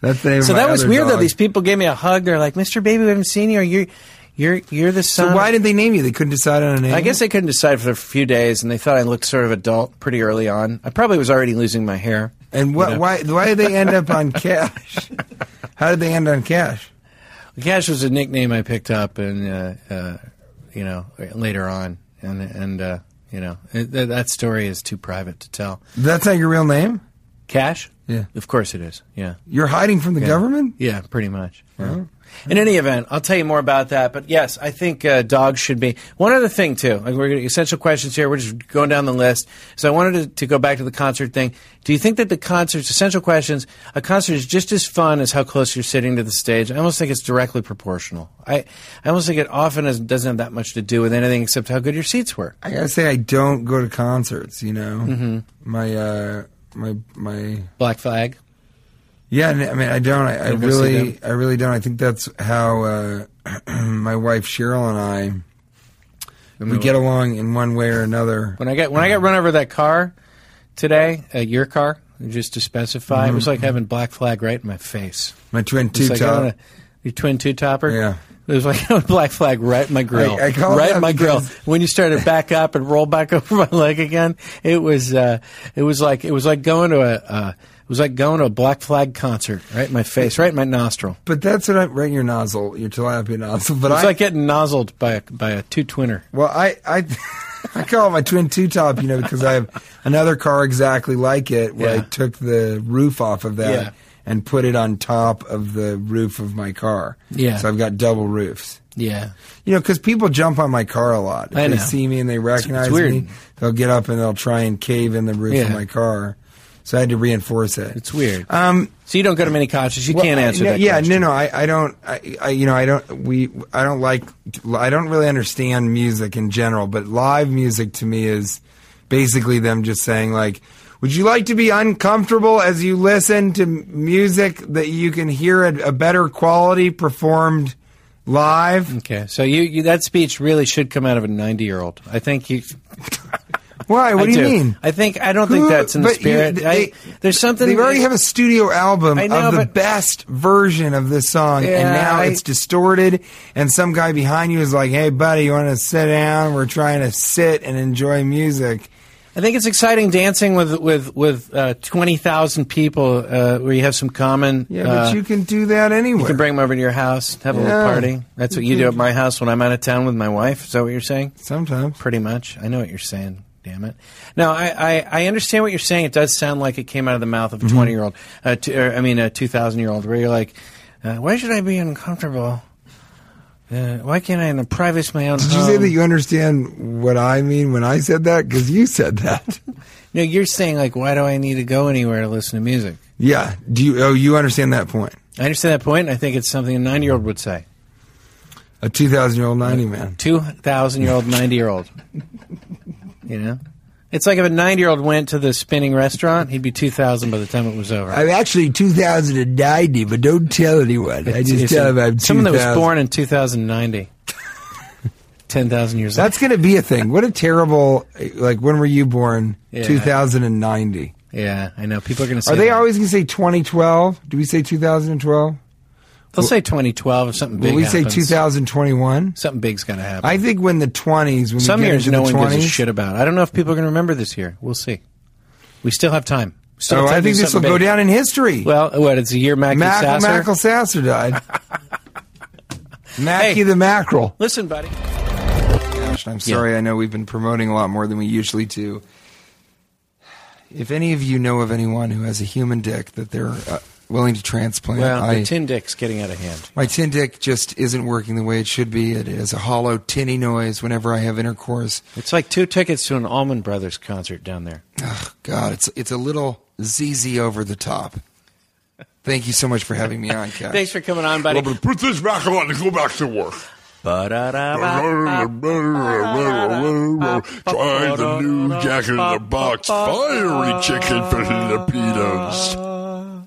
that's the name So of my that was other weird though. dog. These people gave me a hug. They're like, "Mr. Baby, we haven't seen you. Or you're, you're, you're the son." So why did they name you? They couldn't decide on a name. I guess they couldn't decide for a few days, and they thought I looked sort of adult pretty early on. I probably was already losing my hair. And what? Why? Why did they end up on cash? How did they end on cash? Cash was a nickname I picked up, and uh, uh, you know, later on, and and uh, you know, it, th- that story is too private to tell. That's not your real name. Cash. Yeah. Of course it is. Yeah. You're hiding from the Yeah. government? Yeah, pretty much. Yeah. In any event, I'll tell you more about that. But yes, I think uh, dogs should be. One other thing too. Like we're gonna, essential questions here. We're just going down the list. So I wanted to, to go back to the concert thing. Do you think that the concerts, essential questions, a concert is just as fun as how close you're sitting to the stage? I almost think it's directly proportional. I, I almost think it often is, doesn't have that much to do with anything except how good your seats were. I gotta say, I don't go to concerts. You know, Mm-hmm. my uh, my my. Black Flag. Yeah, n- I mean, I don't. I, I You'll go see really, I really don't. I think that's how uh, my wife Cheryl and I we get along in one way or another. When I got when I got run over that car today, uh, your car, just to specify, it was like having black flag right in my face. My twin two It's like, uh, I top. wanna- your twin two topper. Yeah. It was like having black flag right in my grill, I call it right that in my grill. because- When you started back up and roll back over my leg again, it was uh, it was like it was like going to a uh, it was like going to a black flag concert, right in my face, right in my nostril. But that's what I right in your nozzle, your tilapia nozzle. But It was I like getting nozzled by a, by a two twinner. well, I I I call it my twin two top, you know, because I have another car exactly like it where I Yeah. took the roof off of that Yeah. and put it on top of the roof of my car. Yeah. so I've got double roofs. Yeah, You know, because people jump on my car a lot. If I they know. see me and they recognize weird. me, they'll get up and they'll try and cave in the roof of Yeah. my car. So I had to reinforce it. it's weird. Um, so you don't go to many concerts. You well, uh, can't answer no, that. Yeah, question. no, no, I, I don't. I, I, you know, I don't. We, I don't like. I don't really understand music in general, but live music to me is basically them just saying like, "Would you like to be uncomfortable as you listen to m- music that you can hear at a better quality performed live?" Okay, so you, you that speech really should come out of a ninety-year-old. I think you. Why? What I do you mean? I think I don't think Who- that's in the but you- spirit. they- I, there's something. They already have a studio album I know, of the but- best version of this song, and Yeah, now I- it's distorted. And some guy behind you is like, "Hey, buddy, you want to sit down? We're trying to sit and enjoy music." I think it's exciting dancing with with with uh, twenty thousand people uh, where you have some common. Yeah, but uh, you can do that anywhere. you can bring them over to your house, have a little Yeah. party. That's what you do at my house when I'm out of town with my wife. Is that what you're saying? Sometimes Pretty much. I know what you're saying. Damn it. Now I, I, I understand what you're saying. It does sound like it came out of the mouth of a Mm-hmm. 20 year old. Uh, t- or, I mean, a 2,000 year old. Where you're like, uh, why should I be uncomfortable? Uh, why can't I in the privacy of my own Did you home? say that you understand what I mean when I said that? Because you said that. No, you're saying like, why do I need to go anywhere to listen to music? yeah. Do you? Oh, you understand that point? I understand that point. and I think it's something a nine-year-old would say. A two thousand year old ninety man. Two thousand-year-old, ninety-year-old. You know, it's like if a nine-year-old went to the spinning restaurant, he'd be two thousand by the time it was over. I'm actually 2090, but don't tell anyone. I just It's tell a- them I'm someone that 2000. was born in two thousand ninety. Ten thousand years That's going to be a thing. What a terrible like. When were you born? Yeah. Two thousand and ninety. old. Yeah, I know. People are going to say. Are they that. always going to say twenty twelve? Do we say two thousand and twelve? They'll say twenty twelve if something big. Will we say happens. two thousand twenty one? Something big's going to happen. I think when the twenties, when Some we get years into no the one 20s, gives a shit about. I don't know if people are going to remember this year. We'll see. We still have time. We Still So have time Oh, I to think do this will something go big. down in history. Well, what? It's a year Mackie Mackle Sasser. Mackle Sasser died. Mackie Hey. the mackerel. Listen, buddy. Gosh, I'm sorry. I know we've been promoting a lot more than we usually do. If any of you know of anyone who has a human dick that they're uh, willing to transplant, Well, I, the tin dick's getting out of hand. My tin dick just isn't working the way it should be. It is a hollow, tinny noise whenever I have intercourse. It's like two tickets to an Allman Brothers concert down there. Ugh, God, it's it's a little ZZ over the top. Thank you so much for having me on, Kat. Thanks for coming on, buddy. Put this back on and go back to work. Try the new Jack in the Box fiery chicken jalapenos.